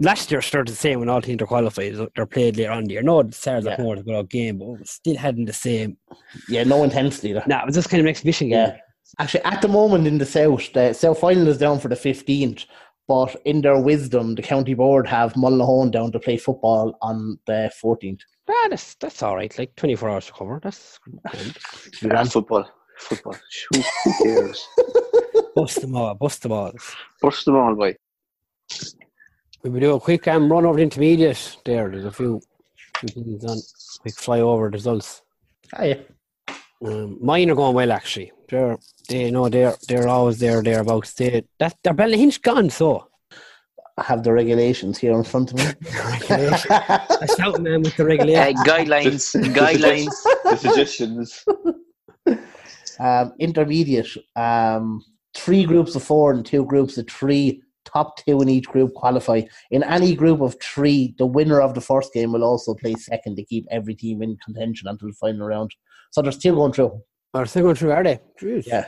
Last year started the same when all teams are qualified. so They're played later on in the year. No, it started like
Yeah.
more of a good old game, but it still hadn't the same.
Yeah, no intensity. Though.
Nah, it was just kind of an exhibition game.
Yeah. Actually, at the moment in the South, the South final is down for the 15th. But in their wisdom, the county board have Mulholland down to play football on the 14th.
Nah, that's, that's all right. Like 24 hours to cover. That's
Ah, football. Football. Who cares?
bust them all, bust them all.
First of all, boy.
We will do a quick um, run over the intermediate there. There's a few, few things on. Quick flyover results.
Ah, yeah.
Um, mine are going well actually. They're they know they're they're always there thereabouts. They that they're Bellahinch gone so.
I have the regulations here in front of me.
I shout man with the regular
Uh, guidelines, guidelines.
The suggestions.
um, intermediate, um, three groups of four and two groups of three. Top two in each group qualify. In any group of three, the winner of the first game will also play second to keep every team in contention until the final round. So they're still going through.
Are they going through? Are they? Jeez.
Yeah.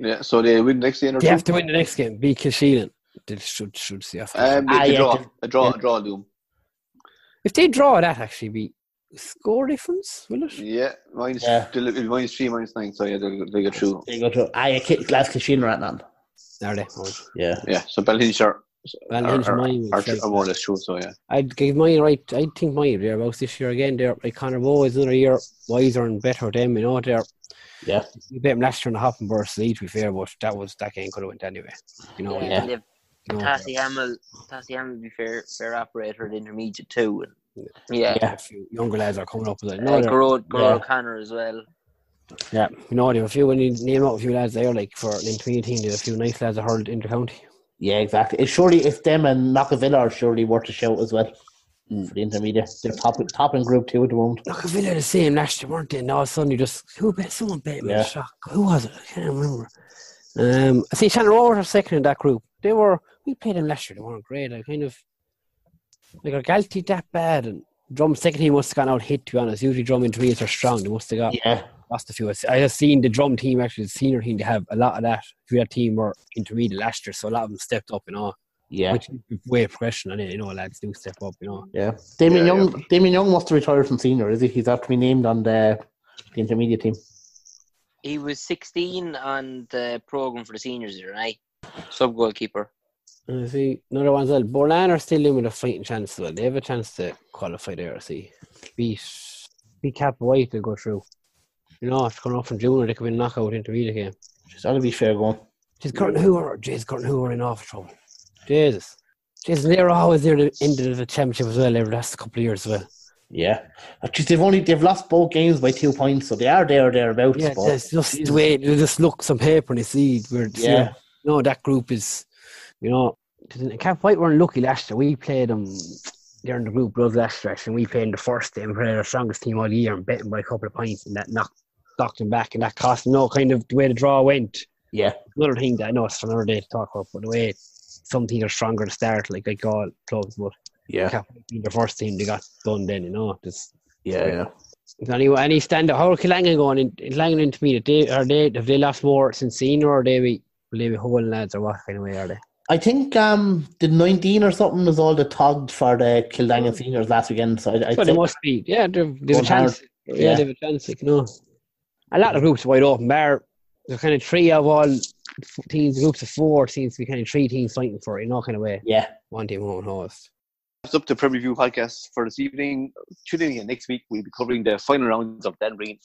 Yeah, so they win next year.
They have to win the next game. Beat Kilsheelan. They should should see after.
Um, they,
Ah,
they
yeah,
draw,
they-
a draw,
yeah.
a draw, Loom.
if they draw, that actually be score difference, will it?
Yeah, minus,
Yeah.
they'll- it'll be minus three, minus nine. So yeah, they'll, they'll get through.
They go through. Aye, last Kashin right now.
Are they?
Yeah.
Yeah, so Bellinge are, are,
Well,
are,
mine.
are,
was like-
are more or less through. So yeah,
I'd give mine right. I think mine thereabouts this year again. They're like Conor Bowe is another year wiser and better. Them, you know, they're
Yeah.
We beat them last year in the Hopping Burst League, to be fair, but that was that game could have went anyway. You know,
Yeah, they've
you know,
Tassie Hamill, Tassie Hamill would be fair, fair operator at intermediate too. And, yeah,
a few younger lads are coming up with it.
yeah. Uh,
No, they're-
Gerard,
yeah.
Gerard O'Connor as well.
yeah, you know, there were a few when you name out a few lads there, like for an intermediate team, there were a few nice lads that hurled into county.
Yeah, exactly. It's surely if them and Knockavilla are surely worth a shout as well. mm, for the intermediate. They're top, top in Group Two at the moment.
Look, Villa are the same last year, weren't they? And all of a sudden, you just who bet someone bet me
Yeah.
a shock. Who was it? I can't remember. Um, I see Shannon Rovers are second in that group. They were we played them last year. They weren't great. I kind of like are Galti that bad and Drum second team must have gone out hit to be honest. Usually Drum intermediates are strong. They must have got
Yeah,
lost a few. I have seen the Drum team actually the senior team. They have a lot of that. Few of that team were intermediate last year, so a lot of them stepped up. You know,
yeah,
which is way of progression. And you know, lads do step up. You know,
yeah. Damien
Yeah, yeah.
Young, Damien Young must have retired from senior, is he? He's after to be named on the, the intermediate team.
He was 16 on the program for the seniors here, right? Sub goalkeeper.
And I see another one as well. Borlan are still in with a fighting chance as well. They have a chance to qualify there, I see. Beat beat Cap White to go through. You know, after coming up from junior they could be knockout into either game.
Just that'll be fair going.
Jeez Curtin who are Jeez Curtin who are in awful trouble. Jesus. Jeez, and they were always there at the end of the championship as well, every last couple of years as well.
Yeah, actually, they've only they've lost both games by two points, so they are there or thereabouts.
Yeah,
but
it's just the way they just look some paper and they see where it's
Yeah.
yeah. no, that group is you know 'cause Cap White weren't lucky last year. We played them they're in the group of last year actually, and we played in the first day and played our strongest team all year and bet them by a couple of points and that knocked knocked them back and that cost them no kind of the way the draw went.
yeah,
Another thing that I know it's for another day to talk about, but the way some teams are stronger to start, like like all clubs, but
yeah,
Cap White being the first team they got done then, you know, just
yeah, yeah.
any any stand up? How are Killangan going? In, is Langan into me? They, are they have they lost more since senior? Or are they be will they be whole lads or what kind of way are they?
I think um the 19 or something was all the togged for the Kildangan seniors last weekend. So I, I
So they
think,
must be. Yeah, they've, they've a
Going hard.
chance. Yeah, they've a chance. Like, no, a lot of groups wide open. Bar the kind of three of all f- teams, groups of four seems to be kind of three teams fighting for it in all kind of way.
yeah,
One team won't host.
That's up to Premier View podcast for this evening. Tune in again next week. We'll be covering the final rounds of Dan Breen.